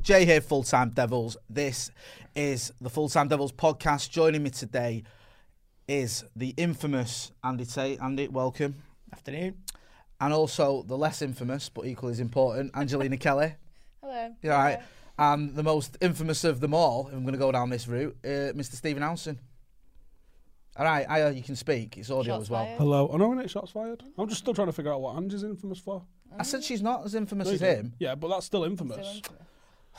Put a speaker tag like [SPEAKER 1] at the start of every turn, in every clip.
[SPEAKER 1] Jay here, Full Time Devils. This is the Full Time Devils podcast. Joining me today is the infamous Andy Tate. Andy, welcome.
[SPEAKER 2] Afternoon.
[SPEAKER 1] And also the less infamous, but equally as important, Angelina Kelly.
[SPEAKER 3] Hello.
[SPEAKER 1] You all right? And the most infamous of them all, if I'm going to go down this route, uh, Mr. Stephen Howson. All right, Aya, you can speak. It's audio
[SPEAKER 3] Shots
[SPEAKER 1] as well.
[SPEAKER 3] fired.
[SPEAKER 2] Hello. I know when it shots fired. I'm just still trying to figure out what Angie's infamous for.
[SPEAKER 1] I said she's not as infamous as
[SPEAKER 2] Is it?
[SPEAKER 1] him.
[SPEAKER 2] Yeah, but that's still infamous.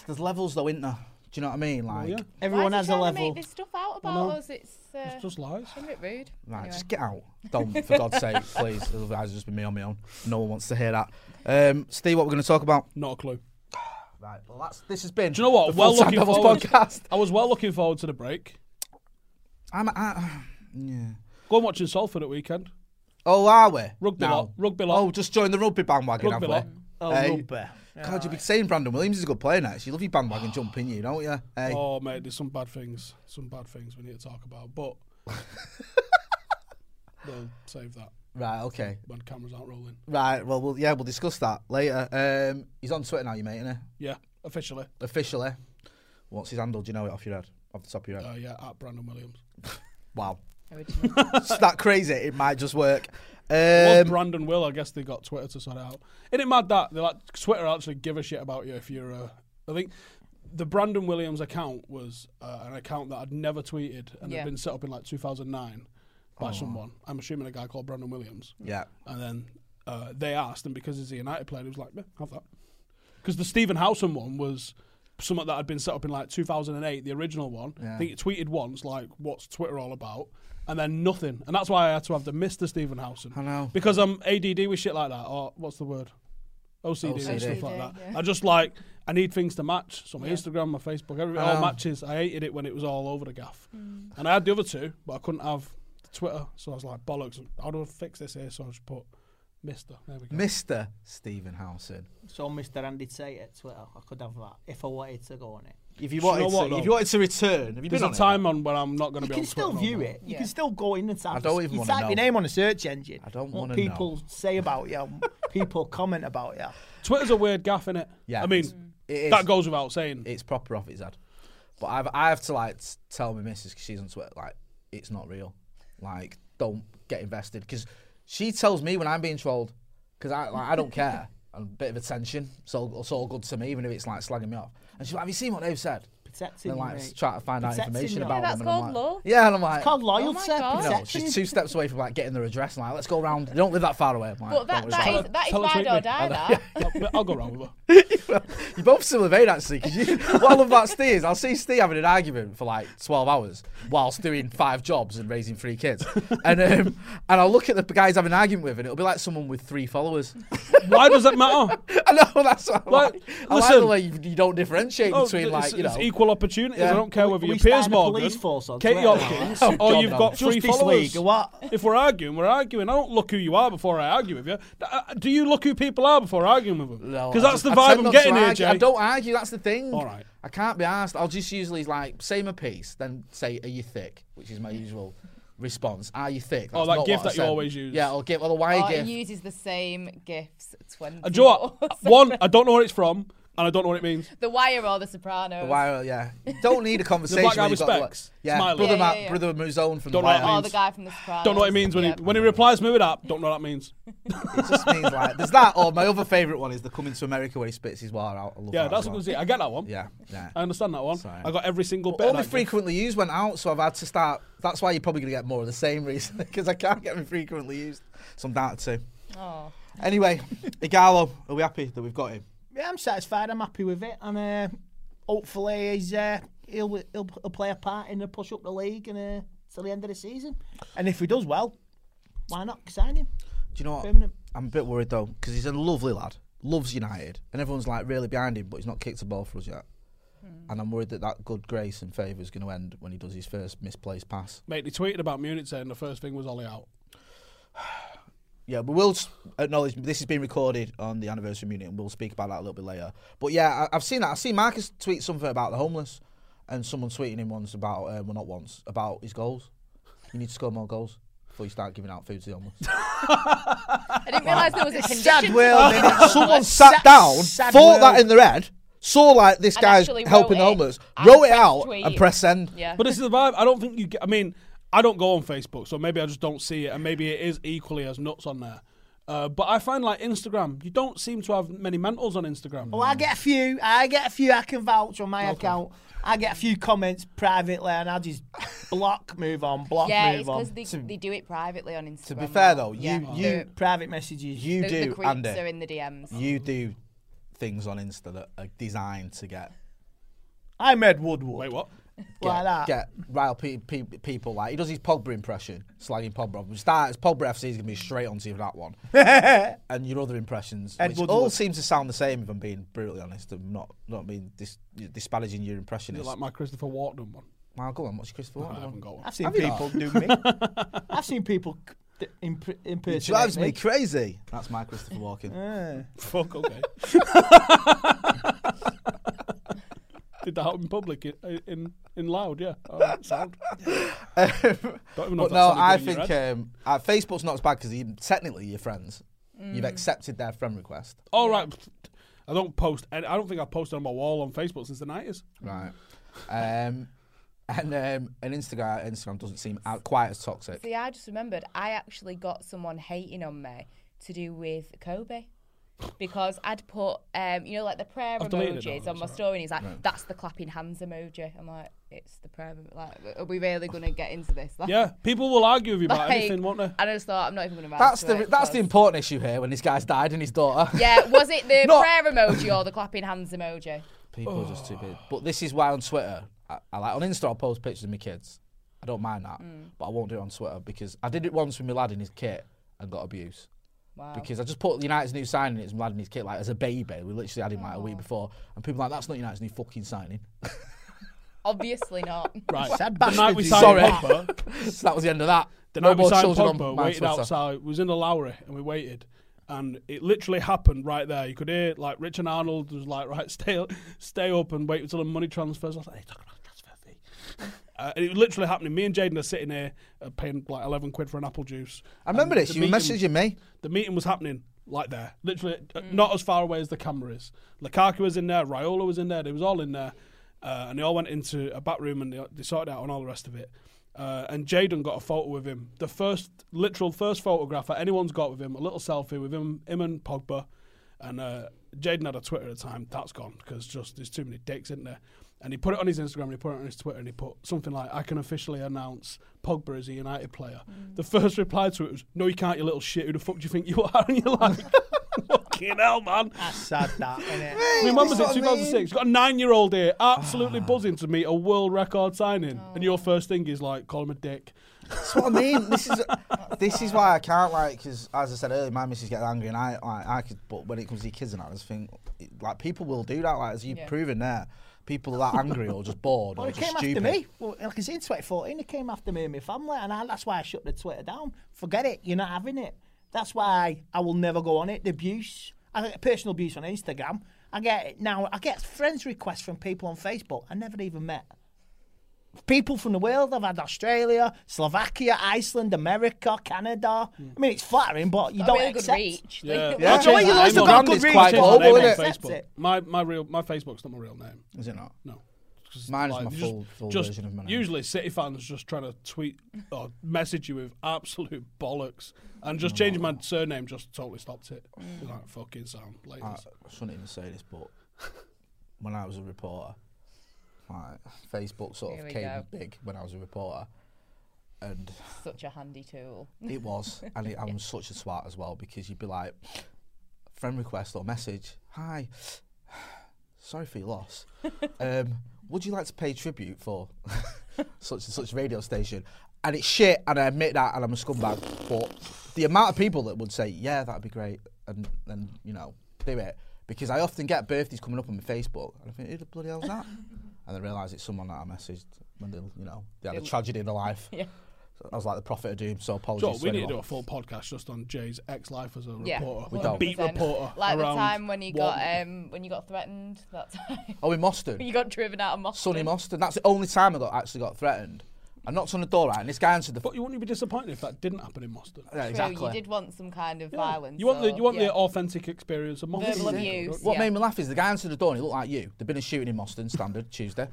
[SPEAKER 1] There's levels, though, isn't there? Do you know what I mean? Like,
[SPEAKER 2] Oh, yeah.
[SPEAKER 4] Everyone
[SPEAKER 3] Why
[SPEAKER 4] has
[SPEAKER 3] is
[SPEAKER 4] a
[SPEAKER 3] he trying To
[SPEAKER 4] level.
[SPEAKER 3] make this stuff out about
[SPEAKER 2] know.
[SPEAKER 3] us. It's, uh,
[SPEAKER 2] It's just lies.
[SPEAKER 3] a bit rude.
[SPEAKER 1] Right,
[SPEAKER 3] Anyway.
[SPEAKER 1] just get out. Don't, for God's sake, please. Otherwise, it's just be me on my own. No one wants to hear that. Um, Steve, what we're going to talk about?
[SPEAKER 2] Not a clue.
[SPEAKER 1] Right, well, that's this has been.
[SPEAKER 2] Do you know what?
[SPEAKER 1] The
[SPEAKER 2] well,
[SPEAKER 1] Full-Time
[SPEAKER 2] looking
[SPEAKER 1] Devils
[SPEAKER 2] forward.
[SPEAKER 1] podcast.
[SPEAKER 2] I was well looking forward to the break.
[SPEAKER 1] I'm. I, yeah.
[SPEAKER 2] Go and watching Salford at weekend.
[SPEAKER 1] Oh, are we?
[SPEAKER 2] Rugby
[SPEAKER 1] Now?
[SPEAKER 2] lot, rugby lot.
[SPEAKER 1] Oh, just join the rugby bandwagon,
[SPEAKER 2] Rugby
[SPEAKER 1] have
[SPEAKER 2] lot.
[SPEAKER 1] we?
[SPEAKER 4] Oh,
[SPEAKER 1] Hey.
[SPEAKER 4] rugby.
[SPEAKER 1] God, you've been saying Brandon Williams is a good player next. You love your bandwagon jumping, you don't you? Hey,
[SPEAKER 2] Oh mate, there's some bad things. Some bad things we need to talk about, but we'll save that
[SPEAKER 1] right, okay,
[SPEAKER 2] when cameras aren't rolling.
[SPEAKER 1] right. Well, we'll yeah, we'll discuss that later. Um, he's on Twitter now, you mate, isn't he?
[SPEAKER 2] Yeah, officially.
[SPEAKER 1] Officially, what's his handle? Do you know it off your head? Off the top of your head?
[SPEAKER 2] Uh, yeah, at Brandon Williams.
[SPEAKER 1] Wow,
[SPEAKER 3] Original.
[SPEAKER 1] it's that crazy. It might just work.
[SPEAKER 2] Was
[SPEAKER 1] Um,
[SPEAKER 2] Brandon Will? I guess they got Twitter to sort it out. Isn't it mad that they like Twitter actually give a shit about you if you're a. I think the Brandon Williams account was uh, an account that I'd never tweeted and
[SPEAKER 3] Yeah.
[SPEAKER 2] had been set up in like 2009 by someone. I'm assuming a guy called Brandon Williams.
[SPEAKER 1] yeah.
[SPEAKER 2] And then uh, they asked, and because he's a United player, he was like, yeah, have that. Because the Stephen Howson one was something that had been set up in like 2008, the original one. I think it tweeted once, like, what's Twitter all about? And then nothing. And that's why I had to have the Mr. Stephen Howson.
[SPEAKER 1] I know.
[SPEAKER 2] Because um, I'm ADD with shit like that, or what's the word? OCD,
[SPEAKER 1] OCD.
[SPEAKER 2] and stuff like that.
[SPEAKER 3] yeah.
[SPEAKER 2] I just like, I need things to match. So my Instagram, my Facebook, everything
[SPEAKER 1] know.
[SPEAKER 2] all matches. I hated it when it was all over the gaff.
[SPEAKER 3] Mm.
[SPEAKER 2] And I had the other two, but I couldn't have Twitter. So I was like, bollocks, how do I fix this here? So I just put Mr. There we go.
[SPEAKER 1] Mr. Stephen Howson.
[SPEAKER 4] So, Mr. Andy Tate at Twitter, I could have that if I wanted to go on it.
[SPEAKER 1] If you
[SPEAKER 2] Do you know
[SPEAKER 1] wanted,
[SPEAKER 2] what,
[SPEAKER 1] to,
[SPEAKER 2] though?
[SPEAKER 1] if you wanted to return, have you been
[SPEAKER 2] There's a
[SPEAKER 1] on it?
[SPEAKER 2] time on when I'm not going
[SPEAKER 4] You
[SPEAKER 2] to be
[SPEAKER 4] can
[SPEAKER 2] on
[SPEAKER 4] still
[SPEAKER 2] Twitter no
[SPEAKER 4] view
[SPEAKER 2] more.
[SPEAKER 4] it. You can still go in and type,
[SPEAKER 1] I don't even
[SPEAKER 4] you
[SPEAKER 1] wanna
[SPEAKER 4] type
[SPEAKER 1] know.
[SPEAKER 4] your name on a search engine.
[SPEAKER 1] I don't
[SPEAKER 4] What
[SPEAKER 1] wanna
[SPEAKER 4] people
[SPEAKER 1] know.
[SPEAKER 4] say about you, and people comment about you.
[SPEAKER 2] Twitter's a weird gaff, innit?
[SPEAKER 1] Yeah,
[SPEAKER 2] I mean,
[SPEAKER 1] it's- it is.
[SPEAKER 2] that goes without saying.
[SPEAKER 1] It's proper off his head. But I've, I have to like s- tell my missus because she's on Twitter like it's not real. Like don't get invested because she tells me when I'm being trolled because I like I don't care. I'm a bit of attention, so it's all good to me, even if it's like slagging me off. And she's like, "Have you seen what they've said?"
[SPEAKER 4] Protecting
[SPEAKER 1] And
[SPEAKER 4] you,
[SPEAKER 1] like
[SPEAKER 4] mate.
[SPEAKER 1] trying to find out
[SPEAKER 4] Protecting
[SPEAKER 1] information
[SPEAKER 4] you.
[SPEAKER 1] about
[SPEAKER 3] Yeah,
[SPEAKER 1] them.
[SPEAKER 3] that's
[SPEAKER 1] and I'm
[SPEAKER 3] called
[SPEAKER 1] like-
[SPEAKER 3] law.
[SPEAKER 1] Yeah, and I'm like,
[SPEAKER 4] Called loyalty,
[SPEAKER 3] Oh my God.
[SPEAKER 1] you
[SPEAKER 3] No,
[SPEAKER 1] know,
[SPEAKER 4] protection.
[SPEAKER 1] she's two steps away from like getting their address. And like, let's go round. They don't live that far away. I'm like,
[SPEAKER 3] But
[SPEAKER 1] "Don't
[SPEAKER 3] that,
[SPEAKER 1] worry
[SPEAKER 3] that
[SPEAKER 1] about
[SPEAKER 3] is,
[SPEAKER 1] it."
[SPEAKER 3] that is
[SPEAKER 2] Tell us
[SPEAKER 3] ride
[SPEAKER 2] what
[SPEAKER 3] or
[SPEAKER 2] you
[SPEAKER 3] die, that.
[SPEAKER 2] I'll, but I'll go round with her.
[SPEAKER 1] You're both similar vein actually. Cause you, what I love about Steve is I'll see Steve having an argument for like 12 hours whilst doing five jobs and raising three kids, and um, and I'll look at the guys having an argument with, and it'll be like someone with three followers.
[SPEAKER 2] Why does that matter?
[SPEAKER 1] I know that's what I
[SPEAKER 2] Like,
[SPEAKER 1] like. I like
[SPEAKER 2] listen.
[SPEAKER 1] the way you, you don't differentiate
[SPEAKER 2] Oh,
[SPEAKER 1] between
[SPEAKER 2] it's-
[SPEAKER 1] like you know.
[SPEAKER 2] it's equal opportunities. I
[SPEAKER 1] Yeah.
[SPEAKER 2] don't care
[SPEAKER 4] We-
[SPEAKER 2] whether
[SPEAKER 4] we
[SPEAKER 2] you're Piers
[SPEAKER 4] started a
[SPEAKER 2] Morgan,
[SPEAKER 4] police force on
[SPEAKER 2] Kate
[SPEAKER 4] Twitter.
[SPEAKER 2] Hopkins,
[SPEAKER 1] Oh,
[SPEAKER 2] or
[SPEAKER 1] God,
[SPEAKER 2] you've
[SPEAKER 1] no.
[SPEAKER 2] got three
[SPEAKER 4] Justice
[SPEAKER 2] followers.
[SPEAKER 4] League, what?
[SPEAKER 2] If we're arguing, we're arguing. I don't look who you are before I argue with you. D- uh, Do you look who people are before arguing with them?
[SPEAKER 1] No,
[SPEAKER 2] Because
[SPEAKER 1] I
[SPEAKER 2] that's the
[SPEAKER 1] just- I
[SPEAKER 2] vibe
[SPEAKER 1] tend
[SPEAKER 2] I'm
[SPEAKER 1] not
[SPEAKER 2] getting
[SPEAKER 1] to
[SPEAKER 2] here,
[SPEAKER 1] argue.
[SPEAKER 2] Jay.
[SPEAKER 1] I don't argue. That's the thing.
[SPEAKER 2] All right.
[SPEAKER 1] I can't be asked. I'll just usually like say my piece, then say, "Are you thick?" Which is my usual response. Are you thick?
[SPEAKER 2] Oh,
[SPEAKER 1] That's
[SPEAKER 2] that
[SPEAKER 1] not
[SPEAKER 2] gif
[SPEAKER 1] what I
[SPEAKER 2] that you
[SPEAKER 1] said.
[SPEAKER 2] always use.
[SPEAKER 1] Yeah, or give. Or the wire
[SPEAKER 3] Art
[SPEAKER 1] gif.
[SPEAKER 3] Oh, uses the same gifts twenty.
[SPEAKER 2] And Uh, do you know what? One, I don't know where it's from, and I don't know what it means.
[SPEAKER 3] The Wire or The Sopranos.
[SPEAKER 1] The wire. Yeah. You don't need a conversation.
[SPEAKER 2] guy
[SPEAKER 1] when
[SPEAKER 2] with
[SPEAKER 1] you've got the-
[SPEAKER 2] specs,
[SPEAKER 1] Yeah.
[SPEAKER 2] smiling.
[SPEAKER 1] Brother,
[SPEAKER 3] Yeah,
[SPEAKER 1] Matt,
[SPEAKER 3] yeah, yeah.
[SPEAKER 1] brother Muzone from the
[SPEAKER 2] Don't know
[SPEAKER 1] Wire
[SPEAKER 2] what it
[SPEAKER 3] Oh,
[SPEAKER 1] House.
[SPEAKER 3] the guy from The Sopranos.
[SPEAKER 2] Don't know what it means when
[SPEAKER 3] Yeah.
[SPEAKER 2] he when he replies me with that. Don't know what that means.
[SPEAKER 1] It just means like there's that. Or my other favourite one is the coming to America where he spits his wire out. I love
[SPEAKER 2] Yeah,
[SPEAKER 1] that
[SPEAKER 2] that's
[SPEAKER 1] as
[SPEAKER 2] what
[SPEAKER 1] well.
[SPEAKER 2] I see. I get that one.
[SPEAKER 1] Yeah, yeah.
[SPEAKER 2] I understand that one.
[SPEAKER 1] Sorry.
[SPEAKER 2] I got every single bit.
[SPEAKER 1] All
[SPEAKER 2] of
[SPEAKER 1] my
[SPEAKER 2] that gif.
[SPEAKER 1] frequently used went out, so I've had to start. That's why you're probably going to get more of the same reason because I can't get my frequently used. So I'm down to two.
[SPEAKER 3] Oh.
[SPEAKER 1] Anyway, Igalo, are we happy that we've got him?
[SPEAKER 4] Yeah, I'm satisfied. I'm happy with it, and uh, hopefully he's uh, he'll, he'll he'll play a part in the push up the league and uh, till the end of the season. And if he does well, why not sign him?
[SPEAKER 1] Do you know what?
[SPEAKER 4] Permanent.
[SPEAKER 1] I'm a bit worried though because he's a lovely lad, loves United, and everyone's like really behind him, but he's not kicked a ball for us yet. And I'm worried that that good grace and favour is going to end when he does his first misplaced pass.
[SPEAKER 2] Mate, they tweeted about Munich saying the first thing was Ollie out.
[SPEAKER 1] Yeah, we will s- acknowledge this has been recorded on the anniversary meeting, and we'll speak about that a little bit later. But yeah, I, I've seen that. I've seen Marcus tweet something about the homeless, and someone tweeting him once about, uh, well, not once, about his goals. You need to score more goals before you start giving out food to the homeless.
[SPEAKER 3] I didn't realise there was a condition. to
[SPEAKER 1] Well,
[SPEAKER 3] that.
[SPEAKER 1] then someone sat down,
[SPEAKER 4] Oh, sad
[SPEAKER 1] thought that
[SPEAKER 4] world.
[SPEAKER 1] in their head, saw like this
[SPEAKER 3] And
[SPEAKER 1] guy's
[SPEAKER 3] actually wrote
[SPEAKER 1] helping
[SPEAKER 3] it
[SPEAKER 1] the homeless,
[SPEAKER 3] and
[SPEAKER 1] wrote it
[SPEAKER 3] pressed
[SPEAKER 1] out,
[SPEAKER 3] tweet.
[SPEAKER 1] and press send.
[SPEAKER 3] Yeah.
[SPEAKER 2] But this is the vibe. I don't think you get. I mean, I don't go on Facebook, so maybe I just don't see it, and maybe it is equally as nuts on there. Uh, but I find like Instagram, you don't seem to have many mentals on Instagram.
[SPEAKER 4] Well, I get a few. I get a few. I can vouch on my account. I get a few comments privately, and I just block, move on, block,
[SPEAKER 3] yeah,
[SPEAKER 4] move
[SPEAKER 3] it's
[SPEAKER 4] on.
[SPEAKER 3] because they, they do it privately on Instagram.
[SPEAKER 1] To be fair though, you
[SPEAKER 3] Yeah.
[SPEAKER 1] you
[SPEAKER 4] Private messages.
[SPEAKER 1] you
[SPEAKER 3] the, the
[SPEAKER 1] do,
[SPEAKER 3] creeps
[SPEAKER 1] Andy.
[SPEAKER 3] are in the DMs.
[SPEAKER 1] You do things on Insta that are designed to get
[SPEAKER 4] I made Woodward
[SPEAKER 2] Wait, what?
[SPEAKER 1] get,
[SPEAKER 4] like that.
[SPEAKER 1] get rile pe- pe- people like he does his Pogba impression, slagging Pogba. off. We start as Pogba FC is gonna be straight onto you for that one,
[SPEAKER 4] Eh,
[SPEAKER 1] and your other impressions,
[SPEAKER 4] Ed
[SPEAKER 1] which
[SPEAKER 4] Woodward.
[SPEAKER 1] all seems to sound the same. If I'm being brutally honest, I'm not not being dis- disparaging your
[SPEAKER 2] Is it
[SPEAKER 1] impressionist.
[SPEAKER 2] like my Christopher Walken one?
[SPEAKER 1] Wow, go on, what's Christopher?
[SPEAKER 2] I
[SPEAKER 1] Walken
[SPEAKER 2] haven't
[SPEAKER 1] one?
[SPEAKER 2] got one.
[SPEAKER 4] I've seen
[SPEAKER 1] Have you
[SPEAKER 4] people do me. I've seen people c- d- imp-
[SPEAKER 1] It
[SPEAKER 4] impersonate
[SPEAKER 1] drives
[SPEAKER 4] me.
[SPEAKER 1] me crazy. That's my Christopher Walken.
[SPEAKER 4] Yeah.
[SPEAKER 2] Fuck. Okay. Did that out in public, in in, in loud? Yeah. Oh, that sound. Don't even know
[SPEAKER 1] But
[SPEAKER 2] if that
[SPEAKER 1] no,
[SPEAKER 2] sounded
[SPEAKER 1] I
[SPEAKER 2] good in your
[SPEAKER 1] think
[SPEAKER 2] head.
[SPEAKER 1] um, uh, Facebook's not as bad because technically you're friends.
[SPEAKER 4] Mm.
[SPEAKER 1] You've accepted their friend request.
[SPEAKER 2] All right. I don't post. I don't think I've posted on my wall on Facebook since the nineties.
[SPEAKER 1] Right. Um, and um, and Instagram Instagram doesn't seem out quite as toxic.
[SPEAKER 3] See, I just remembered I actually got someone hating on me to do with Kobe. Because I'd put, um, you know, like the prayer
[SPEAKER 2] I've deleted it now,
[SPEAKER 3] emojis
[SPEAKER 2] that's
[SPEAKER 3] on my
[SPEAKER 2] all right.
[SPEAKER 3] story, and he's like, "That's the clapping hands emoji." I'm like, "It's the prayer." emo- Like, are we really gonna get into this? Like,
[SPEAKER 2] Yeah, people will argue with you about
[SPEAKER 3] like,
[SPEAKER 2] anything, won't they?
[SPEAKER 3] I just thought I'm not even gonna. rise
[SPEAKER 1] That's
[SPEAKER 3] to
[SPEAKER 1] the
[SPEAKER 3] it,
[SPEAKER 1] that's the
[SPEAKER 3] 'cause-
[SPEAKER 1] important issue here. When this guy's died and his daughter.
[SPEAKER 3] Yeah, was it the
[SPEAKER 1] Not-
[SPEAKER 3] prayer emoji or the clapping hands emoji?
[SPEAKER 1] People are just too big. But this is why on Twitter, I, I like on Insta, I'll post pictures of my kids. I don't mind that,
[SPEAKER 3] Mm.
[SPEAKER 1] but I won't do it on Twitter because I did it once with my lad in his kit and got abuse.
[SPEAKER 3] Wow.
[SPEAKER 1] Because I just put United's new signing, it's my lad in his kit, like as a baby. We literally had him like a
[SPEAKER 3] Oh.
[SPEAKER 1] week before, and people were like, that's not United's new fucking signing.
[SPEAKER 3] Obviously not.
[SPEAKER 2] Right.
[SPEAKER 4] Sad
[SPEAKER 2] the night
[SPEAKER 4] bastard,
[SPEAKER 2] we
[SPEAKER 4] you
[SPEAKER 2] signed
[SPEAKER 1] Sorry.
[SPEAKER 2] Pogba,
[SPEAKER 1] so that was the end of that.
[SPEAKER 2] the
[SPEAKER 1] No
[SPEAKER 2] night we
[SPEAKER 1] more
[SPEAKER 2] signed
[SPEAKER 1] children on
[SPEAKER 2] Pogba,
[SPEAKER 1] my
[SPEAKER 2] waited
[SPEAKER 1] Twitter.
[SPEAKER 2] outside. We was in the Lowry and we waited, and it literally happened right there. You could hear like Richard Arnold was like, "Right, stay, stay up and wait until the money transfers." I was like, "They talking about the transfer fee." Uh, and it was literally happening. Me and Jaden are sitting here uh, paying like eleven quid for an apple juice.
[SPEAKER 1] I remember
[SPEAKER 2] And
[SPEAKER 1] this.
[SPEAKER 2] the
[SPEAKER 1] You were
[SPEAKER 2] meeting-
[SPEAKER 1] messaging me.
[SPEAKER 2] the meeting was happening like there, literally uh, not as far away as the camera is. Lukaku was in there, Raiola was in there, they was all in there, uh, and they all went into a back room and they, they sorted out and all the rest of it. Uh, and Jaden got a photo with him, the first literal first photograph that anyone's got with him, a little selfie with him, him and Pogba. And uh, Jaden had a Twitter at the time. That's gone because just there's too many dicks in there. And he put it on his Instagram. And he put it on his Twitter, and he put something like, "I can officially announce Pogba is a United player." The first reply to it was, "No, you can't, you little shit. Who the fuck do you think you are?" And you're like, Fucking hell, man.
[SPEAKER 4] That's sad, that, innit?
[SPEAKER 2] I mean, when was it? 2006. Got a nine-year-old here, absolutely buzzing to meet a world record signing, and your first thing is like, call him a dick.
[SPEAKER 1] That's what I mean. This is this is why I can't like because as I said earlier, my missus gets angry and I like, I could. But when it comes to your kids and that, I just think like people will do that. Like as you've
[SPEAKER 3] Yeah.
[SPEAKER 1] proven there, people are that angry or just bored
[SPEAKER 4] Well,
[SPEAKER 1] or
[SPEAKER 4] it came
[SPEAKER 1] just stupid.
[SPEAKER 4] after me. Well, like I say, in 2014, it came after me and my family, and I, that's why I shut the Twitter down. Forget it, you're not having it. That's why I will never go on it. The abuse, I get personal abuse on Instagram. I get it now. I get friends requests from people on Facebook I never even met. People from the world. I've had Australia, Slovakia, Iceland, America, Canada. I mean, it's flattering, but you
[SPEAKER 3] Got a
[SPEAKER 4] don't
[SPEAKER 3] really good
[SPEAKER 4] accept.
[SPEAKER 3] reach.
[SPEAKER 2] Yeah.
[SPEAKER 1] Yeah.
[SPEAKER 4] Do you know what? You
[SPEAKER 2] I'm
[SPEAKER 4] loads have got
[SPEAKER 2] on-
[SPEAKER 1] Brand
[SPEAKER 4] good
[SPEAKER 1] is
[SPEAKER 4] reach.
[SPEAKER 1] quite
[SPEAKER 4] and
[SPEAKER 1] global, isn't
[SPEAKER 4] nobody
[SPEAKER 1] it?
[SPEAKER 4] accepts
[SPEAKER 2] Facebook. My my real my Facebook's not my real name.
[SPEAKER 1] Is it not?
[SPEAKER 2] No.
[SPEAKER 1] Mine is
[SPEAKER 2] Like,
[SPEAKER 1] my
[SPEAKER 2] just-
[SPEAKER 1] full, full
[SPEAKER 2] just
[SPEAKER 1] version of my name.
[SPEAKER 2] Usually, City fans just trying to tweet or message you with absolute bollocks, and just changing my surname just totally stopped it.
[SPEAKER 3] Mm.
[SPEAKER 2] Like fucking sound. Like,
[SPEAKER 1] Uh, I shouldn't even say this, but when I was a reporter, like Facebook sort
[SPEAKER 3] Here
[SPEAKER 1] of
[SPEAKER 3] we
[SPEAKER 1] came
[SPEAKER 3] go.
[SPEAKER 1] big when I was a reporter, and
[SPEAKER 3] Such a handy tool.
[SPEAKER 1] it was, and it, I'm such a twat as well because you'd be like, friend request or message, hi, sorry for your loss. um, would you like to pay tribute for such and such radio station? And it's shit, and I admit that, and I'm a scumbag. But the amount of people that would say, yeah, that'd be great, and and you know, do it because I often get birthdays coming up on my Facebook, and I think, who the bloody hell's that? and I realise it's someone that I messaged when they, you know, they had a tragedy in their life.
[SPEAKER 3] Yeah.
[SPEAKER 1] So I was like the prophet of doom, so apologies.
[SPEAKER 2] so
[SPEAKER 1] to
[SPEAKER 2] we need to
[SPEAKER 1] anyone.
[SPEAKER 2] do a full podcast just on Jay's ex-life as a
[SPEAKER 3] Yeah,
[SPEAKER 2] reporter,
[SPEAKER 1] We
[SPEAKER 2] a
[SPEAKER 1] don't.
[SPEAKER 2] beat
[SPEAKER 3] 100%.
[SPEAKER 2] reporter.
[SPEAKER 3] Like the
[SPEAKER 2] around
[SPEAKER 3] time when you got
[SPEAKER 2] Walton.
[SPEAKER 3] um, when you got threatened. That time
[SPEAKER 1] Oh, in Moston.
[SPEAKER 3] you got driven out of Moston.
[SPEAKER 1] Sonny Moston. That's the only time I got actually got threatened. I knocked on the door, right, and this guy answered the.
[SPEAKER 2] But you wouldn't be disappointed if that didn't happen in Moston.
[SPEAKER 1] yeah,
[SPEAKER 3] True,
[SPEAKER 1] exactly.
[SPEAKER 3] you did want some kind of Uh, violence.
[SPEAKER 2] You want the
[SPEAKER 3] or-
[SPEAKER 2] you want
[SPEAKER 3] yeah.
[SPEAKER 2] the authentic experience of Moston.
[SPEAKER 3] Verbal
[SPEAKER 2] don't you?
[SPEAKER 3] abuse.
[SPEAKER 1] What
[SPEAKER 3] yeah.
[SPEAKER 1] made me laugh is the guy answered the door and he looked like you. There'd been a shooting in Moston, standard Tuesday.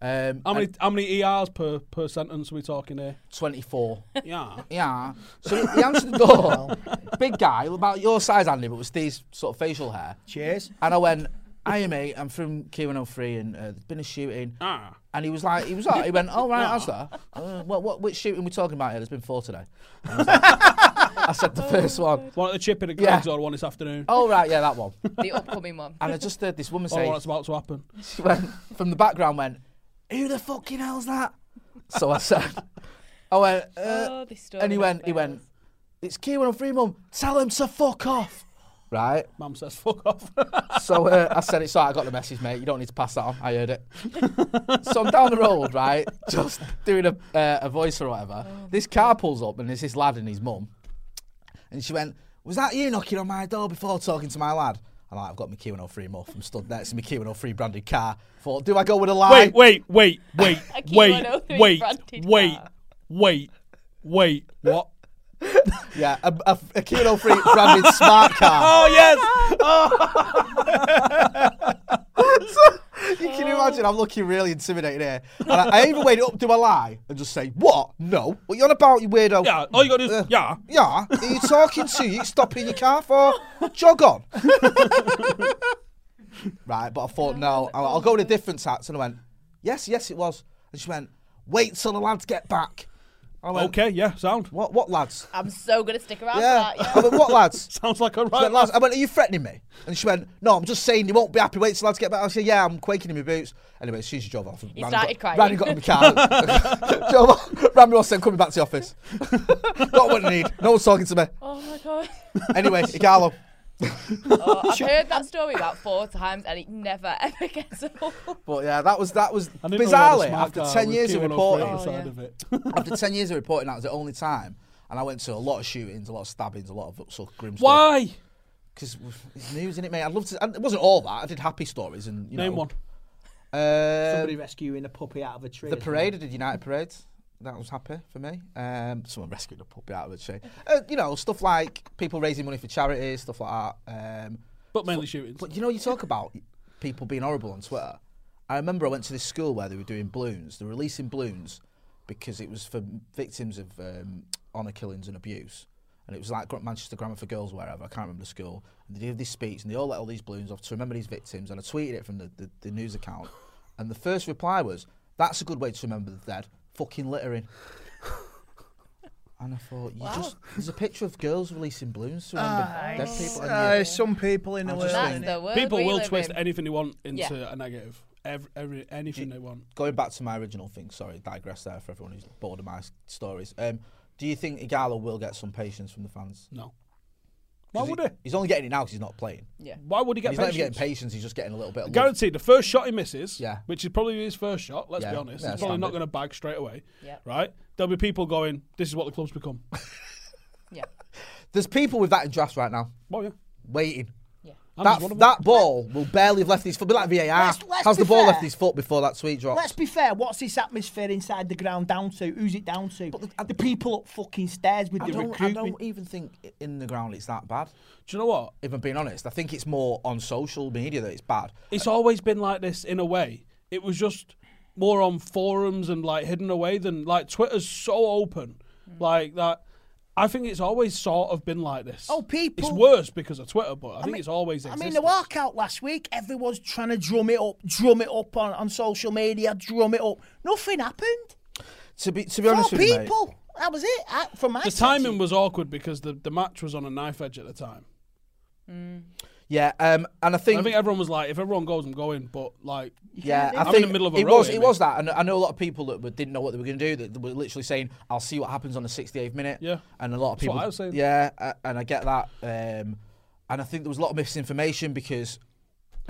[SPEAKER 1] Um,
[SPEAKER 2] How many
[SPEAKER 1] and
[SPEAKER 2] how many ERs per per sentence are we talking here?
[SPEAKER 1] 24.
[SPEAKER 2] Yeah.
[SPEAKER 1] yeah. So he answered the door. Big guy, about your size, Andy, but with these sort of facial hair.
[SPEAKER 4] Cheers.
[SPEAKER 1] And I went, "Hiya, mate. I'm from Q103, and uh, there's been a shooting."
[SPEAKER 2] Ah.
[SPEAKER 1] And he was like, he was like, he went, "Oh right, how's that? Uh, what, what, which shooting we talking about here? There's been four today." And I, was like- I said the first one.
[SPEAKER 2] One at the chip in the
[SPEAKER 1] Yeah.
[SPEAKER 2] Greg's or one this afternoon.
[SPEAKER 1] Oh right, yeah, that one.
[SPEAKER 3] the upcoming one.
[SPEAKER 1] And I just heard this woman
[SPEAKER 2] Or
[SPEAKER 1] say,
[SPEAKER 2] one Oh, that's about to happen.
[SPEAKER 1] she went from the background, went, "Who the fucking hell's that?" So I said, "I went," uh,
[SPEAKER 3] Oh, this story
[SPEAKER 1] and he
[SPEAKER 3] never
[SPEAKER 1] went, he went,
[SPEAKER 3] fails.
[SPEAKER 1] "It's Q103, mum. Tell him to fuck off." Right.
[SPEAKER 2] Mum says fuck off.
[SPEAKER 1] So uh, I said, it's all right, I got the message, mate. You don't need to pass that on. I heard it. so I'm down the road, right, just doing a, uh, a voice or whatever. this car pulls up and there's this lad and his mum. And she went, was that you knocking on my door before talking to my lad? And like, I've got my Q103 muff. I'm stood next to my Q103 branded car. Thought, do I go with a lie?
[SPEAKER 2] wait, wait, wait, wait,
[SPEAKER 3] A key
[SPEAKER 2] wait,
[SPEAKER 3] 103
[SPEAKER 2] wait,
[SPEAKER 3] branded
[SPEAKER 2] wait,
[SPEAKER 3] car.
[SPEAKER 2] wait, wait. What?
[SPEAKER 1] Yeah, a, a, a Q103 branded smart car.
[SPEAKER 2] Oh yes.
[SPEAKER 1] You can imagine I'm looking really intimidating here. And I, I even weighed it up, do I lie? And just say, what? No. What you on about, you weirdo?
[SPEAKER 2] Yeah. All you got to do is yeah.
[SPEAKER 1] Yeah, who are you talking to? You stopping your car for? Jog on. right, but I thought, no, I'll, I'll go with a different tax. And I went, yes, yes, it was. And she went, wait till the lads get back. I went,
[SPEAKER 2] Okay. Yeah. Sound.
[SPEAKER 1] What, what lads?
[SPEAKER 3] I'm so gonna stick around
[SPEAKER 1] yeah.
[SPEAKER 3] for that.
[SPEAKER 1] I
[SPEAKER 3] Yeah.
[SPEAKER 1] went, what lads? She
[SPEAKER 2] Sounds like a right.
[SPEAKER 1] went, lads. I went, are you threatening me? And she went, no, I'm just saying you won't be happy. Wait till the lads get back. I said, yeah, I'm quaking in my boots. Anyway, she just drove off. and
[SPEAKER 3] He
[SPEAKER 1] ran
[SPEAKER 3] started
[SPEAKER 1] and got,
[SPEAKER 3] crying.
[SPEAKER 1] Ran and got in my car. drove off. Ran me off saying, coming back to the office. got what I need. No one's talking to me.
[SPEAKER 3] Oh my god.
[SPEAKER 1] Anyway, Igalo.
[SPEAKER 3] Oh, I've heard that story about four times and it never ever gets old.
[SPEAKER 1] But yeah, that was that was
[SPEAKER 2] I didn't know we had a
[SPEAKER 1] bizarrely
[SPEAKER 2] smart
[SPEAKER 1] after
[SPEAKER 2] car
[SPEAKER 1] ten
[SPEAKER 2] with
[SPEAKER 1] years of
[SPEAKER 2] Q103
[SPEAKER 1] reporting.
[SPEAKER 2] inside
[SPEAKER 3] Oh, yeah.
[SPEAKER 2] of it.
[SPEAKER 1] after ten years of reporting, that was the only time. And I went to a lot of shootings, a lot of stabbings, a lot of sort of grim stuff.
[SPEAKER 2] Why?
[SPEAKER 1] Because it's news, isn't it, mate? I'd love to. And it wasn't all that. I did happy stories and you
[SPEAKER 2] Name
[SPEAKER 1] know.
[SPEAKER 2] one.
[SPEAKER 1] Uh,
[SPEAKER 4] Somebody rescuing a puppy out of a tree.
[SPEAKER 1] the
[SPEAKER 4] as
[SPEAKER 1] parade. I did United parade. That was happy for me. Um, someone rescued a puppy out of a tree. Uh, you know, stuff like people raising money for charities, stuff like that. Um,
[SPEAKER 2] But mainly shootings.
[SPEAKER 1] But you know, you talk about people being horrible on Twitter. I remember I went to this school where they were doing balloons. They were releasing balloons because it was for victims of um, honour killings and abuse. And it was like Gra- Manchester Grammar for Girls, wherever, I can't remember the school. And they did this speech and they all let all these balloons off to remember these victims. And I tweeted it from the, the, the news account. And the first reply was, That's a good way to remember the dead, fucking littering. And I thought, you just there's a picture of girls releasing balloons to random
[SPEAKER 4] Ah,
[SPEAKER 1] dead people. And
[SPEAKER 5] Uh,
[SPEAKER 1] you-
[SPEAKER 5] some people in the world.
[SPEAKER 3] That's the word.
[SPEAKER 2] People
[SPEAKER 3] we
[SPEAKER 2] will
[SPEAKER 3] live
[SPEAKER 2] twist
[SPEAKER 3] in.
[SPEAKER 2] anything they want into
[SPEAKER 3] Yeah.
[SPEAKER 2] a negative. Every, every anything they want.
[SPEAKER 1] going back to my original thing, sorry, digress there for everyone who's bored of my s- stories. Um, do you think Igalo will get some patience from the fans?
[SPEAKER 2] No. Why
[SPEAKER 1] 'Cause
[SPEAKER 2] would
[SPEAKER 1] he-
[SPEAKER 2] he?
[SPEAKER 1] He's only getting it now because he's not playing.
[SPEAKER 3] Yeah.
[SPEAKER 2] Why would he get
[SPEAKER 1] he's not
[SPEAKER 2] patience?
[SPEAKER 1] even getting patience. He's just getting a little bit. Of love.
[SPEAKER 2] Guaranteed, the first shot he misses,
[SPEAKER 1] Yeah.
[SPEAKER 2] which is probably his first shot, let's
[SPEAKER 1] Yeah.
[SPEAKER 2] be honest,
[SPEAKER 1] Yeah,
[SPEAKER 2] he's probably not
[SPEAKER 1] standard.
[SPEAKER 2] going to bag straight away,
[SPEAKER 3] Yep.
[SPEAKER 2] right? There'll be people going, this is what the club's become.
[SPEAKER 3] Yeah.
[SPEAKER 1] There's people with that in drafts right now,
[SPEAKER 2] well, yeah.
[SPEAKER 1] waiting.
[SPEAKER 3] Yeah.
[SPEAKER 2] I'm just one
[SPEAKER 1] that
[SPEAKER 2] of
[SPEAKER 1] that ball will barely have left his foot. Be like VAR.
[SPEAKER 4] Let's- let's
[SPEAKER 1] How's
[SPEAKER 4] be
[SPEAKER 1] the ball
[SPEAKER 4] fair.
[SPEAKER 1] left his foot before that sweet drop?
[SPEAKER 4] Let's be fair. What's this atmosphere inside the ground down to? Who's it down to?
[SPEAKER 1] But the-
[SPEAKER 4] the, people up fucking stairs with
[SPEAKER 1] I
[SPEAKER 4] the
[SPEAKER 1] don't, I
[SPEAKER 4] recruitment.
[SPEAKER 1] don't even think i- in the ground it's that bad.
[SPEAKER 2] Do you know what?
[SPEAKER 1] If I'm being honest, I think it's more on social media that it's bad.
[SPEAKER 2] It's always been like this in a way. It was just more on forums and like hidden away than like Twitter's so open, like that. I think it's always sort of been like this.
[SPEAKER 4] Oh, people-
[SPEAKER 2] It's worse because of Twitter, but I, think it's always.
[SPEAKER 4] I
[SPEAKER 2] Existed.
[SPEAKER 4] mean, the walkout last week, everyone's trying to drum it up, drum it up on, on social media, drum it up. Nothing happened.
[SPEAKER 1] To be to be
[SPEAKER 4] Four
[SPEAKER 1] honest with you, mate,
[SPEAKER 4] people. That was it. I, from my
[SPEAKER 2] the timing was awkward because the, the match was on a knife edge at the time.
[SPEAKER 1] yeah, um, and I think,
[SPEAKER 2] I think everyone was like, if everyone goes, I'm going. But like,
[SPEAKER 1] yeah, I
[SPEAKER 2] I'm in
[SPEAKER 1] think
[SPEAKER 2] the middle of a
[SPEAKER 1] it
[SPEAKER 2] row
[SPEAKER 1] was
[SPEAKER 2] here,
[SPEAKER 1] it
[SPEAKER 2] mate.
[SPEAKER 1] was that, and I know a lot of people that were- didn't know what they were going to do. That were literally saying, "I'll see what happens on the 68th minute."
[SPEAKER 2] Yeah.
[SPEAKER 1] and a lot of
[SPEAKER 2] That's what
[SPEAKER 1] people,
[SPEAKER 2] I was saying.
[SPEAKER 1] yeah, uh, and I get that, um, and I think there was a lot of misinformation because